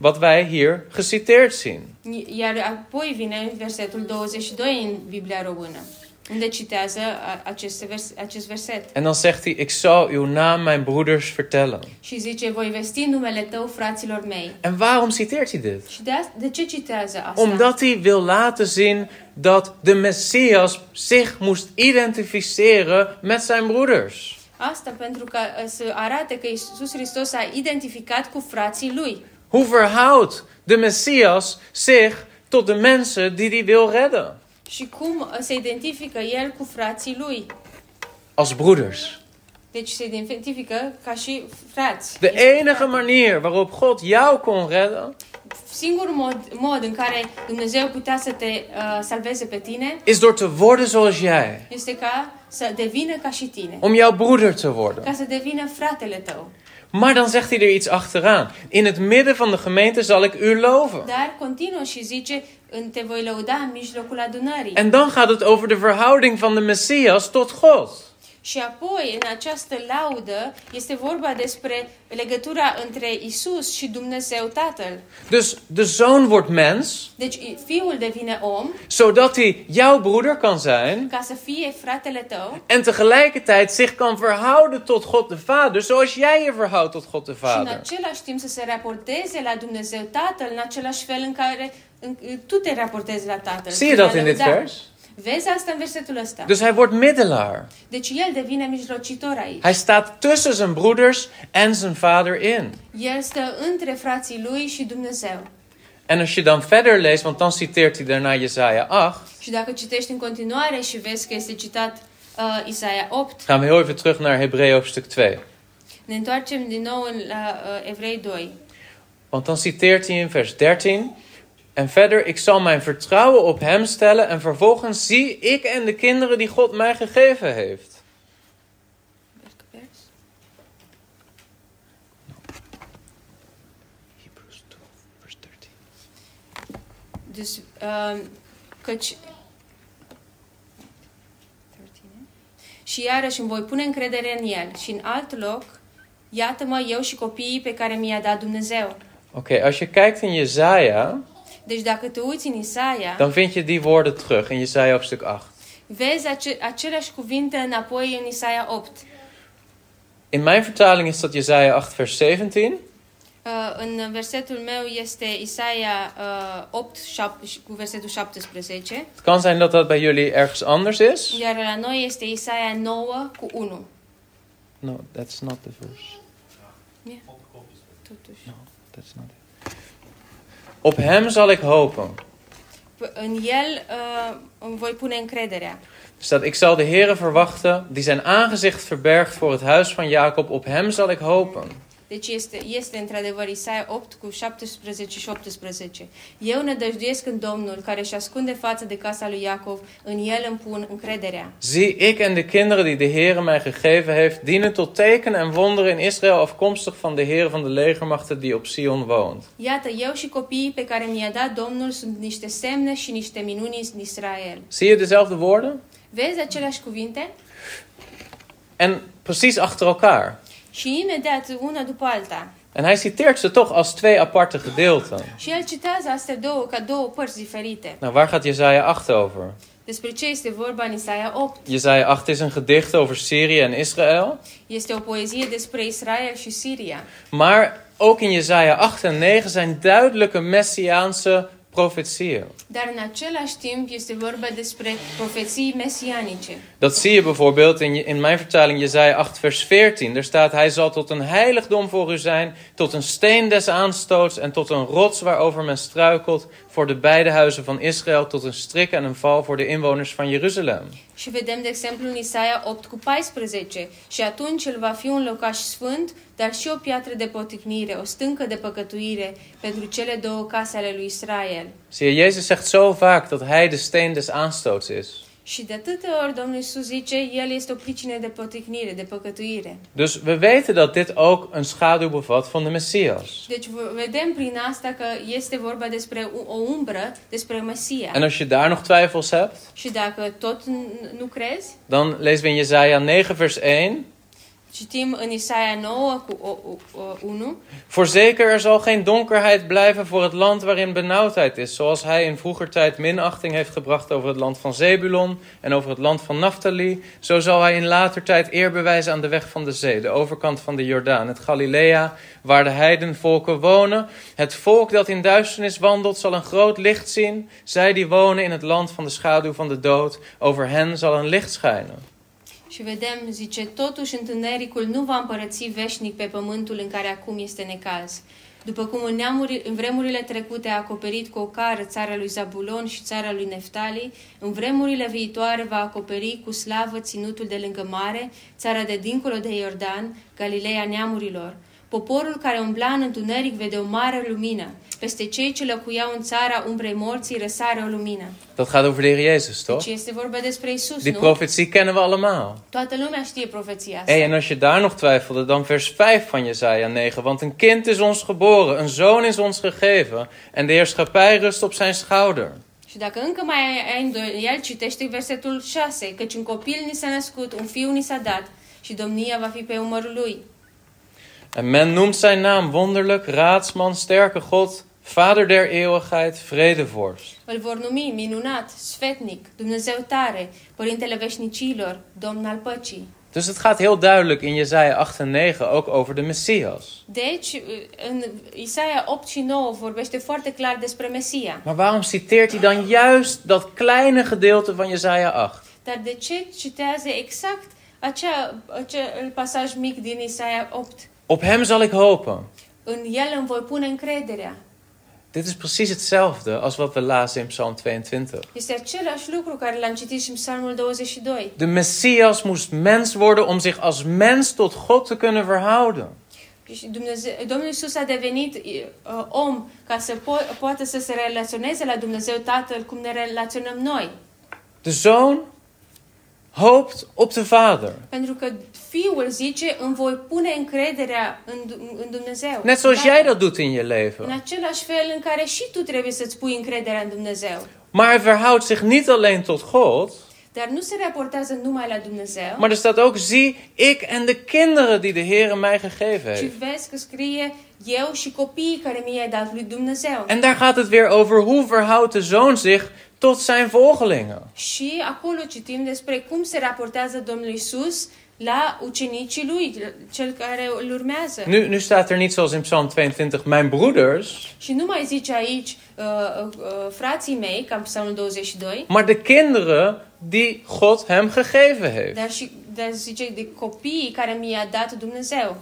A: wat wij hier geciteerd zien.
B: i- iar apoi vine în versetul 22 în Biblia română, unde citează a- aceste vers- acest verset.
A: En dan zegt hij: Ik zal uw naam mijn broeders vertellen.
B: Și zice, voi vesti numele tău fraților mei.
A: En waarom citeert hij dit?
B: Și de, a- de ce citează asta?
A: Omdat hij wil laten zien dat de Messias zich moest identificeren met zijn broeders.
B: Asta pentru că uh, să arate că Isus Hristos a identificat cu frații lui.
A: Hoe verhoudt de Messias zich tot de mensen die hij wil redden?
B: Și cum uh, se identifică el cu frații lui?
A: Als broeders.
B: Deci se identifică ca și frați.
A: De
B: Este
A: enige
B: frate.
A: manier waarop God jou kon redden,
B: Singurul mod, mod în care Dumnezeu putea să te uh, salveze pe tine
A: is door te worden zoals jij.
B: este ca să devină ca și tine.
A: Om jouw broeder te worden.
B: Ca să devină fratele tău.
A: Maar dan zegt hij er iets achteraan. In het midden van de gemeente zal ik u loven.
B: Dar continuă și zice, "În- te voi lăuda în mijlocul adunării.
A: En dan gaat het over de verhouding van de Messias tot God.
B: Și apoi, în această laudă, este vorba despre legătura între Isus și Dumnezeu Tatăl.
A: Dus de zoon wordt mens,
B: Deci, I- Fiul devine om
A: zodat hij jouw broeder kan zijn.
B: ca să fie fratele tău
A: En tegelijkertijd zich kan verhouden tot God de Vader, zoals jij je verhoudt tot God de
B: și în
A: Vader.
B: același timp să se raporteze la Dumnezeu Tatăl în același fel în care în, tu te raportezi la Tatăl.
A: Zie je
B: Prin a
A: dat in dit
B: lăuda.
A: vers?
B: Vezi asta în versetul ăsta.
A: Dus hij wordt middelaar.
B: Deci el devine mijlocitor aici.
A: Hij staat tussen zijn broeders en zijn vader in.
B: El stă între frații lui și Dumnezeu.
A: En als je dan verder leest, want dan citeert hij daarna Jesaja 8.
B: Și dacă citești în continuare și vezi că este citat uh, Isaia 8,
A: Gaan we heel even terug naar Hebreeën hoofdstuk 2.
B: ne întoarcem din nou în, la uh, Evrei 2.
A: Want dan citeert hij in vers 13. En verder, ik zal mijn vertrouwen op hem stellen en vervolgens zie ik en de kinderen die God mij gegeven heeft.
B: Welke vers?
A: Hebrews 12, vers 13.
B: Dus, ehm, căci... 13, eh? Și iarăși îmi voi pune încredere în el. Și în alt loc, iată-mă eu și copiii pe care mi-a dat Dumnezeu.
A: Oké, als je kijkt in Jezaja,
B: Deci dacă te uiți în Isaia,
A: dan vind je die woorden terug in Jezaja hoofdstuk 8.
B: vezi ace- aceleași cuvinte înapoi în Isaia 8.
A: In mijn vertaling is dat Jezaja 8 vers 17.
B: Uh, în versetul meu este Isaia uh, 8 șap- și cu versetul 17,
A: Het kan zijn dat dat bij jullie ergens anders is.
B: iar la noi este Isaia 9 cu 1.
A: No, that's not the verse.
B: Totuși.
A: That's not it. Op hem zal ik hopen.
B: P- În el uh, îmi voi pune încrederea.
A: Er staat, ik zal de Heere verwachten, die zijn aangezicht verbergt voor het huis van Jacob. Op hem zal ik hopen.
B: Deci este, este într-adevăr Isaia 8 cu 17 și 18. Eu nădăjduiesc în Domnul care își ascunde față de casa lui Iacov, în el îmi pun încrederea.
A: Zie, ik en de kinderen die de Heere mij gegeven heeft, dienen tot tekenen en wonderen in Israël, afkomstig van de Heere van de legermachten die op Sion woont.
B: Iată, eu și copiii pe care mi-a dat Domnul sunt niște semne și niște minuni în Israel.
A: Zie je dezelfde woorden?
B: Vezi aceleași cuvinte?
A: En precies achter elkaar.
B: Și imediat, una după alta.
A: En hij citeert ze toch als twee aparte gedeelten.
B: Și el citează astea două ca două părți diferite.
A: Nou, waar gaat Jezaja 8 over?
B: Despre ce este vorba în Isaia 8?
A: Jezaja 8 is een gedicht over Syrië en Israël.
B: Este o poezie despre Israel și Siria.
A: Maar ook in Jezaja 8 en 9 zijn duidelijke messiaanse profetieën.
B: Dar în același timp este vorba despre profeții mesianice.
A: Dat zie je bijvoorbeeld in, in mijn vertaling Jezaja 8 vers 14. Daar staat, hij zal tot een heiligdom voor u zijn, tot een steen des aanstoots en tot een rots waarover men struikelt voor de beide huizen van Israël, tot een strik en een val voor de inwoners van Jeruzalem.
B: Și vedem, de exemplu, în Isaia 8 cu 14. Și atunci el va fi un locaș sfânt, dar și o piatră de poticnire, o stâncă de păcătuire pentru cele două case ale lui Israel.
A: Zie je, Jezus zegt zo vaak dat hij de steen des aanstoots is.
B: Și de atâtea ori Domnul Iisus zice, El este o pricine de poticnire, de păcătuire.
A: Dus we weten dat dit ook een schaduw bevat van de Messias.
B: Deci v- vedem prin asta că este vorba despre u- o umbră, despre Mesia.
A: En als je daar nog twijfels hebt,
B: Și dacă tot n- nu crezi,
A: dan lezen we in Jezaja 9 vers 1.
B: citim în Isaia 9 cu o, o, o, 1,
A: Voorzeker, er zal geen donkerheid blijven voor het land waarin benauwdheid is, zoals hij in vroeger tijd minachting heeft gebracht over het land van Zebulon en over het land van Naphtali, zo zal hij in later tijd eer bewijzen aan de weg van de zee, de overkant van de Jordaan, het Galilea, waar de heidenvolken wonen. Het volk dat in duisternis wandelt zal een groot licht zien, zij die wonen in het land van de schaduw van de dood, over hen zal een licht schijnen.
B: Și vedem, zice, totuși întunericul nu va împărăți veșnic pe pământul în care acum este necaz. După cum în, neamuri, în vremurile trecute a acoperit cu o cară țara lui Zabulon și țara lui Neftali, în vremurile viitoare va acoperi cu slavă ținutul de lângă mare, țara de dincolo de Iordan, Galileea neamurilor. Poporul care umbla în întuneric vede o mare lumină. Peste cei ce locuiau în țara umbrei morții răsare o lumină.
A: Dat gaat over de Heer Jezus,
B: Deci
A: toch?
B: este vorba despre Isus,
A: Die
B: nu?
A: profetie kennen we allemaal.
B: Toată lumea știe profeția asta.
A: Hey, en als je daar nog twijfelde, dan vers 5 van Jesaja 9. Want een kind is ons geboren, een zoon is ons gegeven en de heerschappij rust op zijn schouder.
B: Și dacă încă mai ai îndoiel, citește versetul 6, căci un copil ni s-a născut, un fiu ni s-a dat și domnia va fi pe umărul lui.
A: En men noemt zijn naam wonderlijk, raadsman, sterke God, vader der eeuwigheid, vredevorst.
B: Îl vor numi minunat, sfetnic, Dumnezeu tare, Părintele veșnicilor, Domn al păcii.
A: Dus het gaat heel duidelijk in Jesaja 8 en 9 ook over de Messias.
B: Deci, în Isaia 8 și 9 vorbește foarte clar despre Mesia.
A: Maar waarom citeert hij dan juist dat kleine gedeelte van Jesaja 8?
B: Dar de ce citează exact acea, acel pasaj mic din Isaia 8?
A: Op hem zal ik hopen.
B: În el îmi voi pune încrederea.
A: Dit is precies hetzelfde als wat we lazen in Psalm 22.
B: Este același lucru care l-am citit și în Psalmul 22.
A: De Messias moest mens worden om zich als mens tot God te kunnen verhouden.
B: Și Dumnezeu, Domnul Isus a devenit eh, om ca să po- poată să se relaționeze la Dumnezeu Tatăl cum ne relaționăm noi.
A: De zoon hoopt op de vader.
B: Pentru că Fiul zice, îmi voi pune încrederea în, Du- în Dumnezeu.
A: Net zoals jij dat doet in je
B: În
A: leven.
B: același fel în care și tu trebuie să-ți pui încrederea în Dumnezeu.
A: Maar hij verhoudt zich niet alleen tot God.
B: Dar nu se raportează numai la Dumnezeu,
A: Maar er staat ook, zie ik en de kinderen die de Heer mij gegeven
B: ci
A: heeft.
B: vezi că scrie eu și copiii care mi i-ai dat lui Dumnezeu.
A: En daar gaat het weer over hoe verhoudt de zoon zich tot zijn volgelingen.
B: Și acolo citim despre cum se raportează Domnul Isus la ucenicii lui, cel care îl urmează.
A: Nu, nu staat er niet zoals in Psalm 22, mijn broeders,
B: Și nu mai zice aici uh, uh, uh, frații mei, ca în psalmul 22,
A: maar de kinderen die God hem gegeven heeft.
B: dar și dar zice de copiii care mi-a dat Dumnezeu.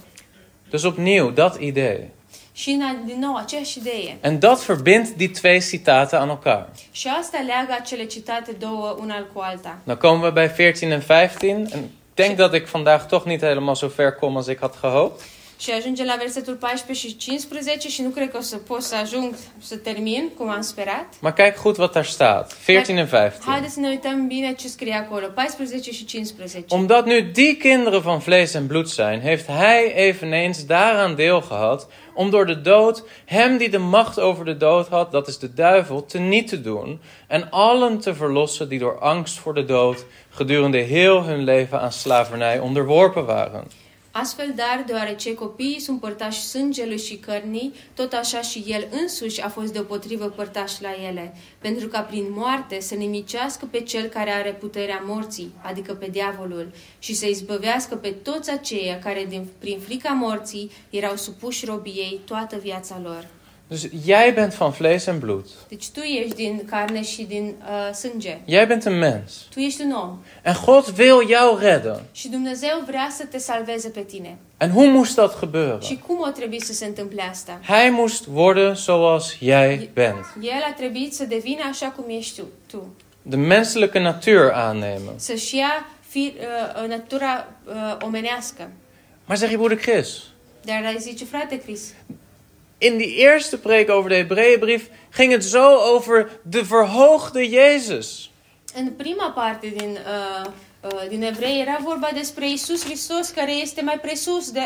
A: Dus opnieuw dat idee.
B: Și în- din nou aceeași idee.
A: En dat verbindt die twee citaten aan elkaar.
B: Și asta leagă cele citate două una cu alta.
A: Dan komen we bij 14 en 15. En ik denk dat ik vandaag toch niet helemaal zo ver kom als ik had gehoopt.
B: Și ajunge la versetul 14 și 15 și nu cred că o să pot să ajung să termin cum am sperat.
A: Maar kijk goed wat daar staat. 14 en 15.
B: Haideți să ne uităm bine ce scrie acolo, 14 și 15.
A: Omdat nu die kinderen van vlees en bloed zijn, heeft hij eveneens daaraan deel gehad om door de dood hem die de macht over de dood had, dat is de duivel, teniet te doen en allen te verlossen die door angst voor de dood gedurende heel hun leven aan slavernij onderworpen waren.
B: Astfel, dar, deoarece copiii sunt părtași sângelui și cărnii, tot așa și el însuși a fost deopotrivă părtaș la ele, pentru ca prin moarte să nimicească pe cel care are puterea morții, adică pe diavolul, și să izbăvească pe toți aceia care, din, prin frica morții, erau supuși robiei toată viața lor.
A: Dus jij bent van vlees en bloed.
B: Deci tu ești din carne și din uh, sânge.
A: Jij bent een mens.
B: Tu ești un om
A: En God wil jou redden.
B: și Dumnezeu vrea să te salveze pe tine.
A: En hoe moest dat gebeuren?
B: Și cum o trebuie să se întâmple asta?
A: Hij moest worden zoals jij bent.
B: El a trebuit să devină așa cum ești tu, tu.
A: De menselijke natuur aannemen.
B: să-și ia fi, uh, natura uh, omenească.
A: Maar zeg je broeder Chris,
B: Dar ai zice, frate Chris,
A: in die eerste preek over de Hebreeënbrief ging het zo over de verhoogde Jezus.
B: în prima parte din, uh, uh, din evrei era vorba despre Isus Hristos care este mai presus de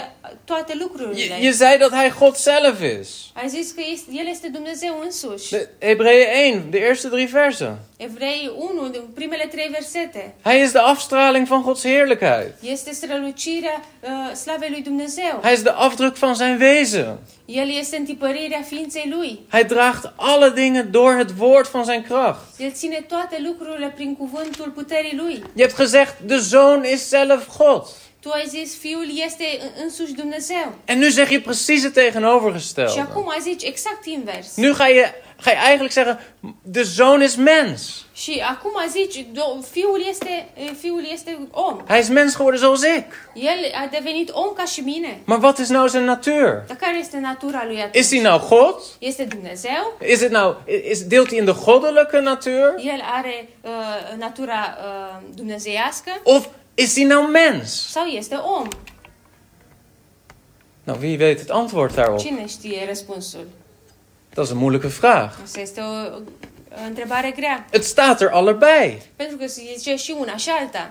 B: toate lucrurile.
A: Je, je zei dat hij God zelf is.
B: Ai zis că este, El este Dumnezeu însuși.
A: De Hebreeën 1, de eerste drie versen.
B: Evrei 1, din primele trei versete.
A: Hij is de afstraling van Gods heerlijkheid.
B: Este strălucirea uh, slavei lui Dumnezeu.
A: Hij is de afdruk van zijn wezen.
B: El este întipărirea ființei Lui.
A: Hij draagt alle dingen door het woord van zijn kracht.
B: El ține toate lucrurile prin cuvântul puterii Lui.
A: Je hebt gezegd, de zoon is zelf God.
B: Tu ai zis, Fiul este în- însuși Dumnezeu.
A: En nu zeg je precies het
B: Și
A: tegenovergestelde.
B: acum zici exact invers.
A: Nu ga je, ga je eigenlijk zeggen, de zoon is mens.
B: Și acum zici, do- fiul este, fiul este om.
A: Hij is mens geworden zoals ik.
B: El a devenit om ca și mine.
A: Maar wat is nou zijn natuur?
B: Dar care este natura lui
A: Is hij
B: atunci?
A: nou God?
B: Este Dumnezeu?
A: Is het nou, is, deelt hij in de goddelijke natuur?
B: El are uh, natura uh, dumnezeiască?
A: Of is hij nou mens?
B: Sau este om?
A: Nou, wie weet het antwoord daarop?
B: Cine știe răspunsul?
A: Dat is een moeilijke vraag.
B: Asta este o, o întrebare grea.
A: Het staat er allebei.
B: Pentru că se zice și una și alta.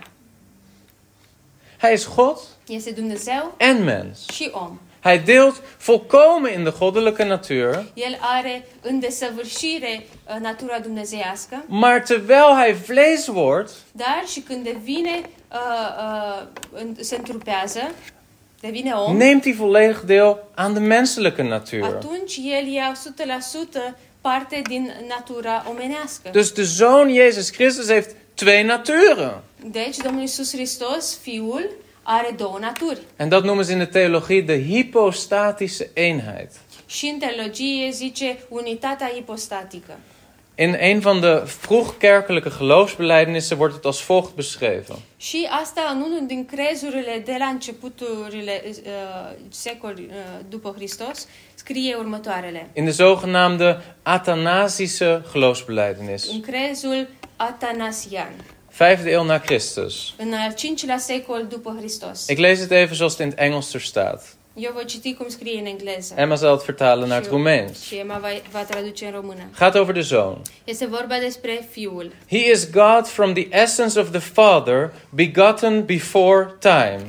A: Hij is God
B: Este Dumnezeu
A: en mens.
B: și om.
A: Hij deelt volkomen in de goddelijke natuur.
B: El are în desăvârșire uh, natura dumnezeiască,
A: Maar terwijl hij vlees wordt,
B: dar și când devine, uh, uh, în- se întrupează, devine om,
A: neemt hij volledig deel aan de menselijke natuur.
B: atunci el ia 100% parte din natura omenească.
A: Dus de zoon Jezus Christus heeft twee naturen.
B: Deci, Domnul Iisus Hristos, Fiul, are două naturi.
A: En dat noemen ze in de theologie de hypostatische eenheid.
B: Și în teologie zice unitatea hipostatică.
A: In een van de vroegkerkelijke geloofsbelijdenissen wordt het als volgt beschreven.
B: Și asta în unul din crezurile de la începuturile uh, secol uh, după Hristos scrie următoarele.
A: In de zogenaamde Athanasische
B: În
A: geloofsbelijdenis,
B: crezul Atanasian,
A: vijfde eeuw na Christus.
B: în al cincilea secol după Hristos.
A: Ik lees het even zoals het in het Engels er staat.
B: Eu voi citi cum scrie în engleză
A: Emma zal het vertalen naar het Roemeens.
B: și Emma va, va traduce în română.
A: Gaat over de zoon.
B: Este vorba despre Fiul.
A: He is God from the essence of the Father, begotten before time.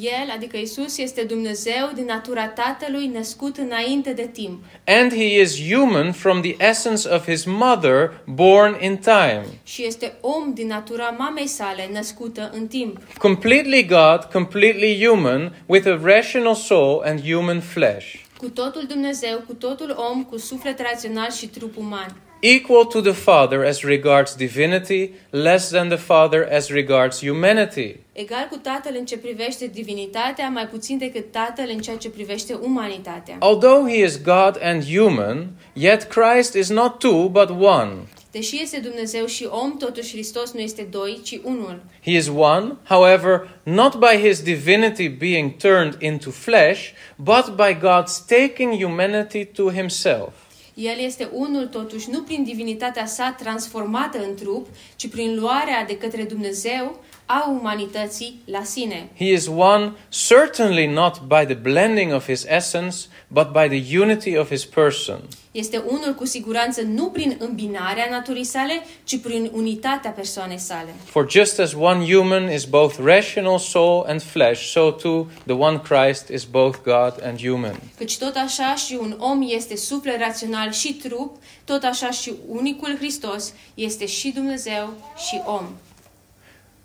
B: El, adică Isus, este Dumnezeu din natura Tatălui născut înainte de timp.
A: And he is human from the essence of his mother, born in time.
B: Și este om din natura mamei sale născută în timp.
A: Completely God, completely human, with a rational soul and human flesh.
B: Cu totul Dumnezeu, cu totul om, cu suflet rațional și trup uman.
A: Equal to the Father as regards divinity, less than the Father as regards humanity.
B: Egal cu Tatăl în ce privește divinitatea, mai puțin decât Tatăl în ceea ce privește umanitatea.
A: Although he is God and human, yet Christ is not two but one.
B: Deși este Dumnezeu și om, totuși Hristos nu este doi, ci unul.
A: He is one, however, not by his divinity being turned into flesh, but by God's taking humanity to himself.
B: El este unul totuși nu prin divinitatea sa transformată în trup, ci prin luarea de către Dumnezeu a umanității la sine.
A: He is one, certainly not by the blending of his essence, but by the unity of his person.
B: Este unul cu siguranță nu prin îmbinarea naturii sale, ci prin unitatea persoanei sale.
A: For just as one human is both rational soul and flesh, so too the one Christ is both God and human.
B: Căci tot așa și un om este suflet rațional și trup, tot așa și unicul Hristos este și Dumnezeu și om.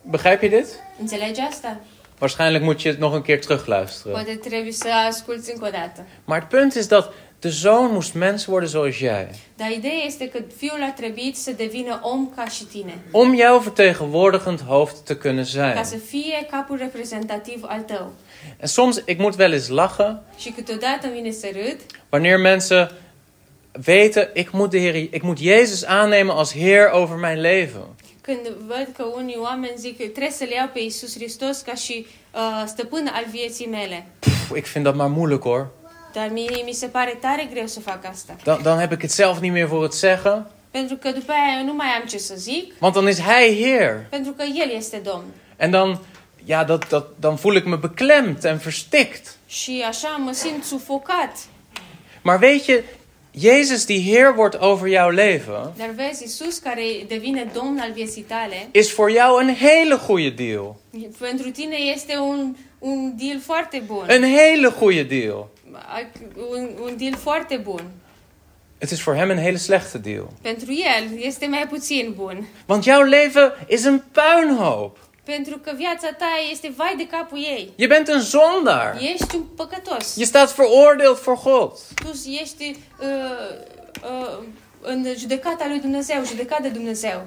A: Begrijp je dit?
B: Înțelegi asta?
A: Waarschijnlijk moet je het nog een keer terugluisteren.
B: Poate trebuie să asculți încă o dată.
A: Maar het punt is dat de zoon moest mens worden zoals jij.
B: Dar ideea este că Fiul a trebuit să devină om ca și tine,
A: Om jouw vertegenwoordigend hoofd te kunnen
B: ca
A: zijn.
B: să fie capul reprezentativ al tău.
A: En soms, ik moet wel eens lachen,
B: Și câteodată îmi vine să râd
A: Wanneer mensen weten, ik moet, de Heer, ik moet Jezus aannemen als Heer over mijn leven.
B: când văd că unii oameni zic că trebuie să le iau pe Iisus Hristos ca și uh, stăpân al vieții mele.
A: Pff, ik vind dat maar moeilijk hoor.
B: Dar mie mi se pare tare greu să fac asta.
A: Dan, dan heb ik het zelf niet meer voor het zeggen.
B: Pentru că după aia eu nu mai am ce să zic,
A: Want dan is Hij Heer.
B: pentru că El este Domn.
A: En dan, ja, dat, dat, dan voel ik me beklemd en verstikt.
B: Și așa mă simt sufocat.
A: Maar weet je, Jezus die Heer wordt over jouw leven,
B: Dar vezi, Iisus care devine Domn al vieții tale,
A: is voor jou een hele goede deal.
B: pentru tine este un, un deal foarte bun.
A: Een hele goede deal.
B: Un, un deal foarte bun.
A: Het is voor Hem een hele slechte deal.
B: Pentru El este mai puțin bun.
A: Want jouw leven is een puinhoop.
B: Pentru că viața ta este vai de capul ei.
A: Je bent een zondaar.
B: Ești un păcătos.
A: Je staat veroordeeld voor God.
B: Tu ești uh, uh, în judecata lui Dumnezeu, judecat de Dumnezeu.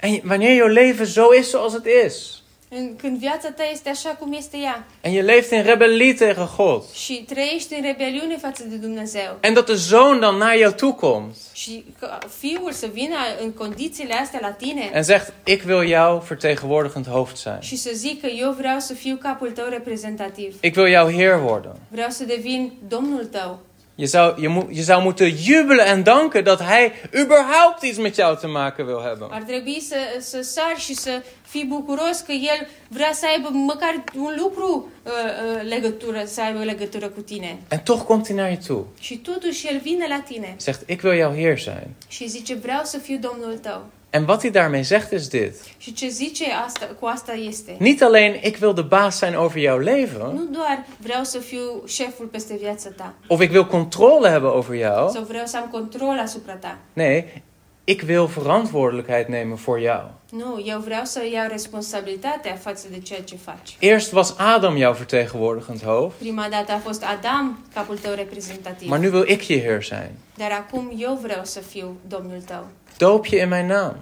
A: En wanneer jouw leven zo is zoals het is.
B: În- Când viața ta este așa cum este ea.
A: En je leeft in rebellie tegen God.
B: și trăiești în rebeliune față de Dumnezeu.
A: En dat de zoon dan naar jou toe komt.
B: Și că fiul să vină în condițiile astea la tine
A: En zegt, ik wil jouw vertegenwoordigend hoofd zijn.
B: și să zică eu vreau să fiu capul tău reprezentativ.
A: Ik wil jouw heer worden.
B: Vreau să devin domnul tău.
A: Je zou, je, moet, je zou moeten jubelen en danken dat hij überhaupt iets met jou te maken wil hebben.
B: Ar trebui să, să sar și să fii bucuros că El vrea să aibă măcar un lucru uh, uh, legătură, să aibă legătură cu tine.
A: En toch komt hij naar je toe.
B: Și totuși El vine la tine
A: Zegt, ik wil jouw heer zijn.
B: și zice, vreau să fiu Domnul tău.
A: En wat hij daarmee zegt is dit.
B: Și ce zice asta, cu asta este.
A: Niet alleen ik wil de baas zijn over jouw leven.
B: Nu doar vreau să fiu șeful peste viața ta
A: Of ik wil controle hebben over jou.
B: sau vreau să am control asupra ta.
A: Nee, ik wil verantwoordelijkheid nemen voor jou.
B: Nu, eu vreau să iau responsabilitatea față de ceea ce faci.
A: Eerst was Adam jouw vertegenwoordigend hoofd.
B: Prima dată a fost Adam, capul tău reprezentativ.
A: Maar nu wil ik je heer zijn.
B: Dar acum eu vreau să fiu Domnul tău.
A: Doop je in mijn naam.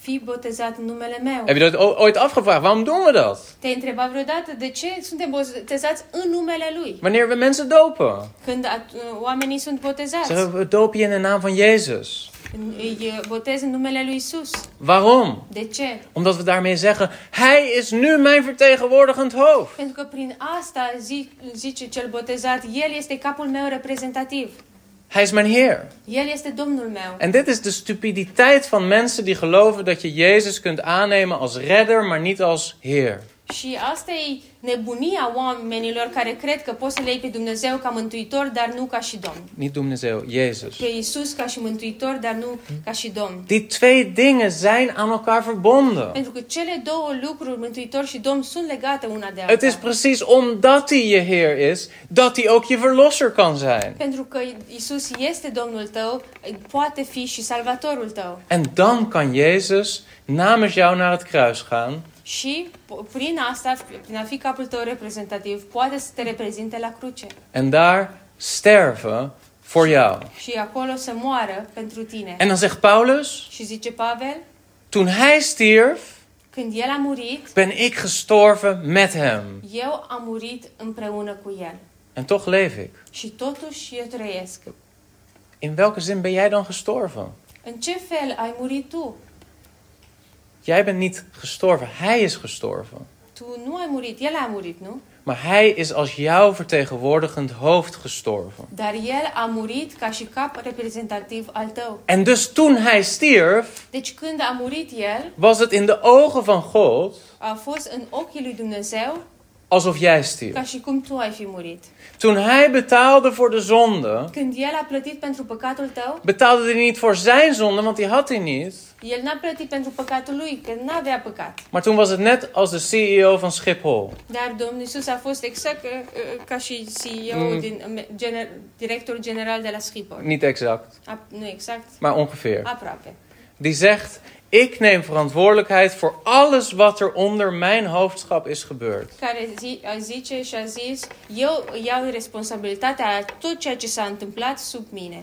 B: Fii botezat în numele meu.
A: Heb je dat o- ooit afgevraagd? Waarom doen we dat?
B: Te-ai întrebat vreodată de ce suntem botezați în numele Lui?
A: Wanneer we mensen dopen.
B: Când at- oamenii sunt botezați,
A: Zeggen we, we dopen je in de naam van Jezus.
B: îi botez în numele Lui Isus.
A: Waarom?
B: De ce?
A: Omdat we daarmee zeggen, hij is nu mijn vertegenwoordigend hoofd.
B: Pentru că prin asta zi, zice cel botezat, El este capul meu reprezentativ.
A: Hij is mijn heer.
B: El este Domnul meu.
A: En dit is de stupiditeit van mensen die geloven dat je Jezus kunt aannemen als redder, maar niet als heer.
B: Și asta e nebunia oamenilor care cred că poți să le iei pe Dumnezeu ca mântuitor, dar nu ca și Domn.
A: Niet Dumnezeo, Jezus.
B: Pe Isus ca și mântuitor, dar nu ca și Domn.
A: Die twee dingen zijn aan elkaar verbonden.
B: Pentru că cele două lucruri, mântuitor și Domn, sunt legate una de
A: Het is
B: alta.
A: precies omdat hij je Heer is, dat hij ook je verlosser kan zijn.
B: Pentru că Isus este Domnul tău, poate fi și Salvatorul tău.
A: En dan kan Jezus namens jou naar het kruis gaan
B: Și po- prin asta, prin a fi capul tău reprezentativ, poate să te reprezinte la cruce.
A: en daar sterven voor jou.
B: Și acolo să moară pentru tine.
A: En dan zegt Paulus,
B: Și zice Pavel,
A: toen hij stierf,
B: când el a murit,
A: ben ik gestorven met hem.
B: eu am murit împreună cu el.
A: En toch leef ik.
B: Și totuși eu trăiesc.
A: In welke zin ben jij dan gestorven?
B: În ce fel ai murit tu?
A: Jij bent niet gestorven, hij is gestorven.
B: Tu nu ai murit, el a murit, nu?
A: Maar hij is als jouw vertegenwoordigend hoofd gestorven.
B: Dar el a murit ca și cap reprezentativ al tău.
A: En dus toen hij stierf,
B: Deci când a murit el,
A: was het in de ogen van God
B: a fost în ochii lui Dumnezeu
A: alsof jij stierf.
B: ca și cum tu ai fi murit.
A: Toen hij betaalde voor de zonde,
B: Când el a plătit pentru păcatul tău,
A: betaalde hij niet voor zijn zonde, want die had hij niet.
B: el n-a plătit pentru păcatul lui, că n-avea păcat.
A: Maar toen was het net als de CEO van Schiphol.
B: Dar Domnul Isus a fost exact uh, uh, ca și CEO, din, uh, gener, director general de la Schiphol.
A: Niet exact,
B: A, nu exact,
A: maar ongeveer.
B: aproape.
A: Die zegt: Ik neem verantwoordelijkheid voor alles wat er onder mijn hoofdschap is gebeurd.
B: care zi, a zice și a zis, eu iau responsabilitatea a tot ceea ce s-a întâmplat sub mine.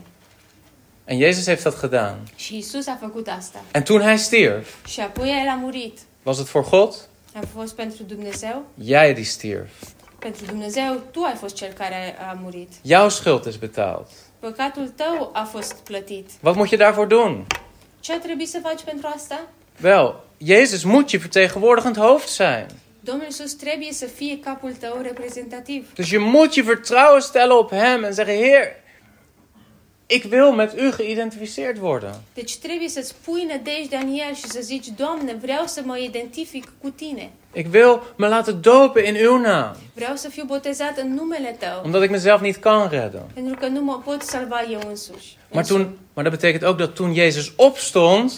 A: En Jezus heeft dat gedaan.
B: Și Isus a făcut asta.
A: En toen hij stierf,
B: Și apoi el a murit.
A: was het voor God,
B: A fost pentru Dumnezeu?
A: jij die stierf.
B: Pentru Dumnezeu, tu ai fost cel care a murit.
A: Jouw schuld is betaald.
B: Păcatul tău a fost plătit.
A: Wat moet je daarvoor doen?
B: Ce a trebuit să faci pentru asta?
A: Wel, Jezus moet je vertegenwoordigend hoofd zijn.
B: Domnul Iisus trebuie să fie capul tău reprezentativ.
A: Dus je moet je vertrouwen stellen op Hem en zeggen: Heer, ik wil met U geïdentificeerd worden.
B: Deci trebuie să-ți pui nădejdea în el și să zici, Doamne, vreau să mă identific cu Tine.
A: Ik wil me laten dopen in Uw naam,
B: Vreau să fiu botezat în numele Tău.
A: omdat ik mezelf niet kan redden.
B: Pentru că nu mă pot salva eu însuși.
A: Maar, toen, maar dat betekent ook dat toen Jezus opstond,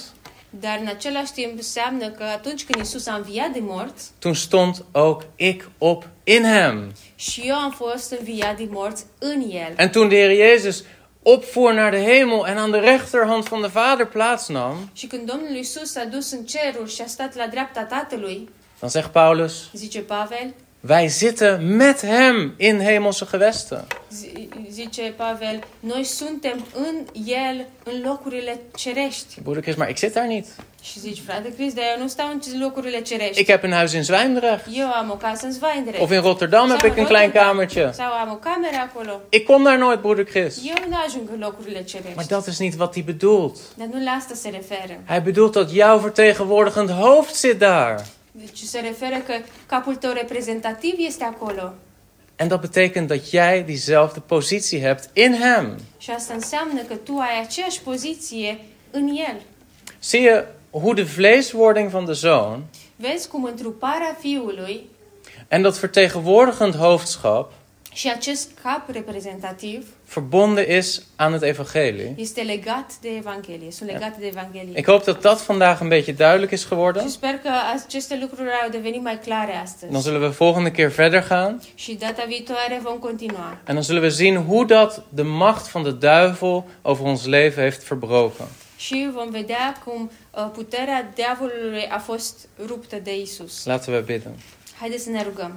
B: Dar în același timp înseamnă că atunci când Isus a înviat din morți
A: toen stond ook ik op in Hem.
B: și eu am fost înviat din morți în El.
A: En toen de Heer Jezus opvoer naar de hemel en aan de rechterhand van de Vader plaatsnam,
B: Și când Domnul Isus s-a dus în ceruri și a stat la dreapta Tatălui,
A: dan zegt Paulus:
B: zice Pavel,
A: Wij zitten met Hem in hemelse gewesten.
B: zi- zice Pavel, noi suntem în El, în locurile cerești.
A: Broeder Chris, maar ik zit daar niet.
B: Și zici, frate Cris, dar eu nu stau în locurile cerești.
A: Ik heb een huis in Zwijndrecht.
B: Eu am o casă în Zwijndrecht.
A: Of in Rotterdam heb ik een klein kamertje.
B: Sau am o cameră acolo.
A: Ik kom daar nooit, broeder Chris.
B: Eu nu ajung în locurile
A: Maar
B: cerești.
A: dat is niet wat hij bedoelt.
B: Dar nu la asta se referă.
A: Hij bedoelt dat jouw vertegenwoordigend hoofd zit daar.
B: Deci se referă că capul tău reprezentativ este acolo.
A: En dat betekent dat jij diezelfde positie hebt in Hem.
B: Și asta înseamnă că tu ai aceeași poziție în El.
A: Zie je hoe de vleeswording van de zoon
B: Vezi cum întruparea Fiului
A: en dat vertegenwoordigend hoofdschap
B: și acest cap reprezentativ
A: verbonden is aan het evangelie.
B: este legat de Evanghelie, sunt legate de Evanghelie.
A: Ik hoop dat dat vandaag een beetje duidelijk is
B: Și
A: geworden.
B: sper că aceste lucruri au devenit mai clare astăzi.
A: Dan zullen we volgende keer verder gaan.
B: Și data viitoare vom continua.
A: En dan zullen we zien hoe dat de macht van de duivel over ons leven heeft verbroken.
B: Și vom vedea cum uh, puterea diavolului a fost ruptă de Isus.
A: Laten we bidden.
B: Haideți să ne rugăm.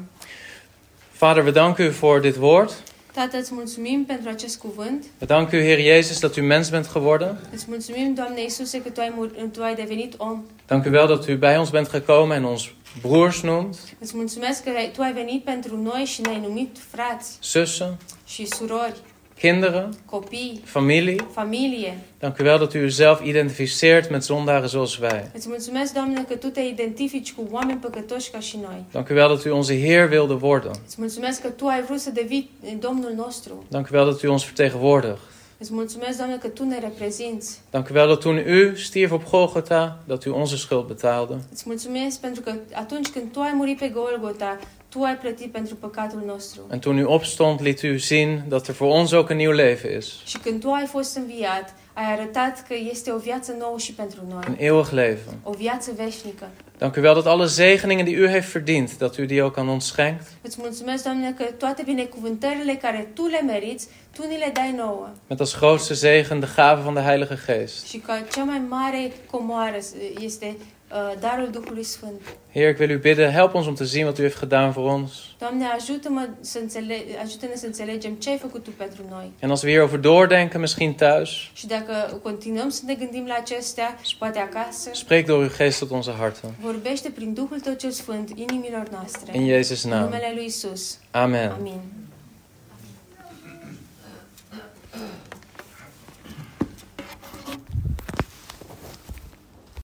A: Vader, we danken u voor dit woord.
B: Tată, îți mulțumim pentru acest cuvânt.
A: We danken u, Heer Jezus, dat u mens bent geworden.
B: Îți mulțumim, Doamne Iisuse, că Tu ai, mur- tu ai devenit om.
A: Dank u wel dat u bij ons bent gekomen en ons broers noemt,
B: Îți mulțumesc că ai- Tu ai venit pentru noi și ne-ai numit frați
A: zussen,
B: și surori,
A: kinderen,
B: copii,
A: familie.
B: familie.
A: Dank u wel dat u uzelf identificeert met zondaren zoals wij.
B: Îți mulțumesc, Doamne, că Tu te identifici cu oameni păcătoși ca și noi.
A: Dank u wel dat u onze Heer wilde worden.
B: Îți mulțumesc că Tu ai vrut să devii Domnul nostru.
A: Dank u wel dat u ons vertegenwoordigt.
B: Îți mulțumesc, Doamne, că Tu ne reprezinți.
A: Dank u wel dat toen u stierf op Golgotha, dat u onze schuld betaalde.
B: Îți mulțumesc pentru că atunci când Tu ai murit pe Golgota, Tu ai plătit pentru păcatul nostru.
A: En toen u opstond, liet u zien dat er voor ons ook een nieuw leven is.
B: Și când Tu ai fost înviat, ai arătat că este o viață nouă și pentru noi.
A: Een eeuwig leven.
B: O viață veșnică.
A: Dank u wel dat alle zegeningen die u heeft verdiend, dat u die ook aan ons schenkt.
B: Îți mulțumesc, Doamne, că toate binecuvântările care Tu le meriți, Tu ni le dai nouă.
A: Met als grootste zegen de gave van de Heilige Geest.
B: Și că cea mai mare comoară este uh, darul Duhului Sfânt.
A: Heer, ik wil u bidden, help ons om te zien wat u heeft gedaan voor ons.
B: Doamne, ajută-mă să înțele- ajută-ne să înțelegem ce ai făcut Tu pentru noi.
A: En als we hierover doordenken, misschien thuis,
B: Și dacă continuăm să ne gândim la acestea, și poate acasă,
A: spreek door uw geest tot onze harten.
B: Vorbește prin Duhul Tău cel Sfânt inimilor noastre.
A: In Da. Jezus'
B: În
A: naam.
B: numele lui Isus.
A: Amen.
B: Amin.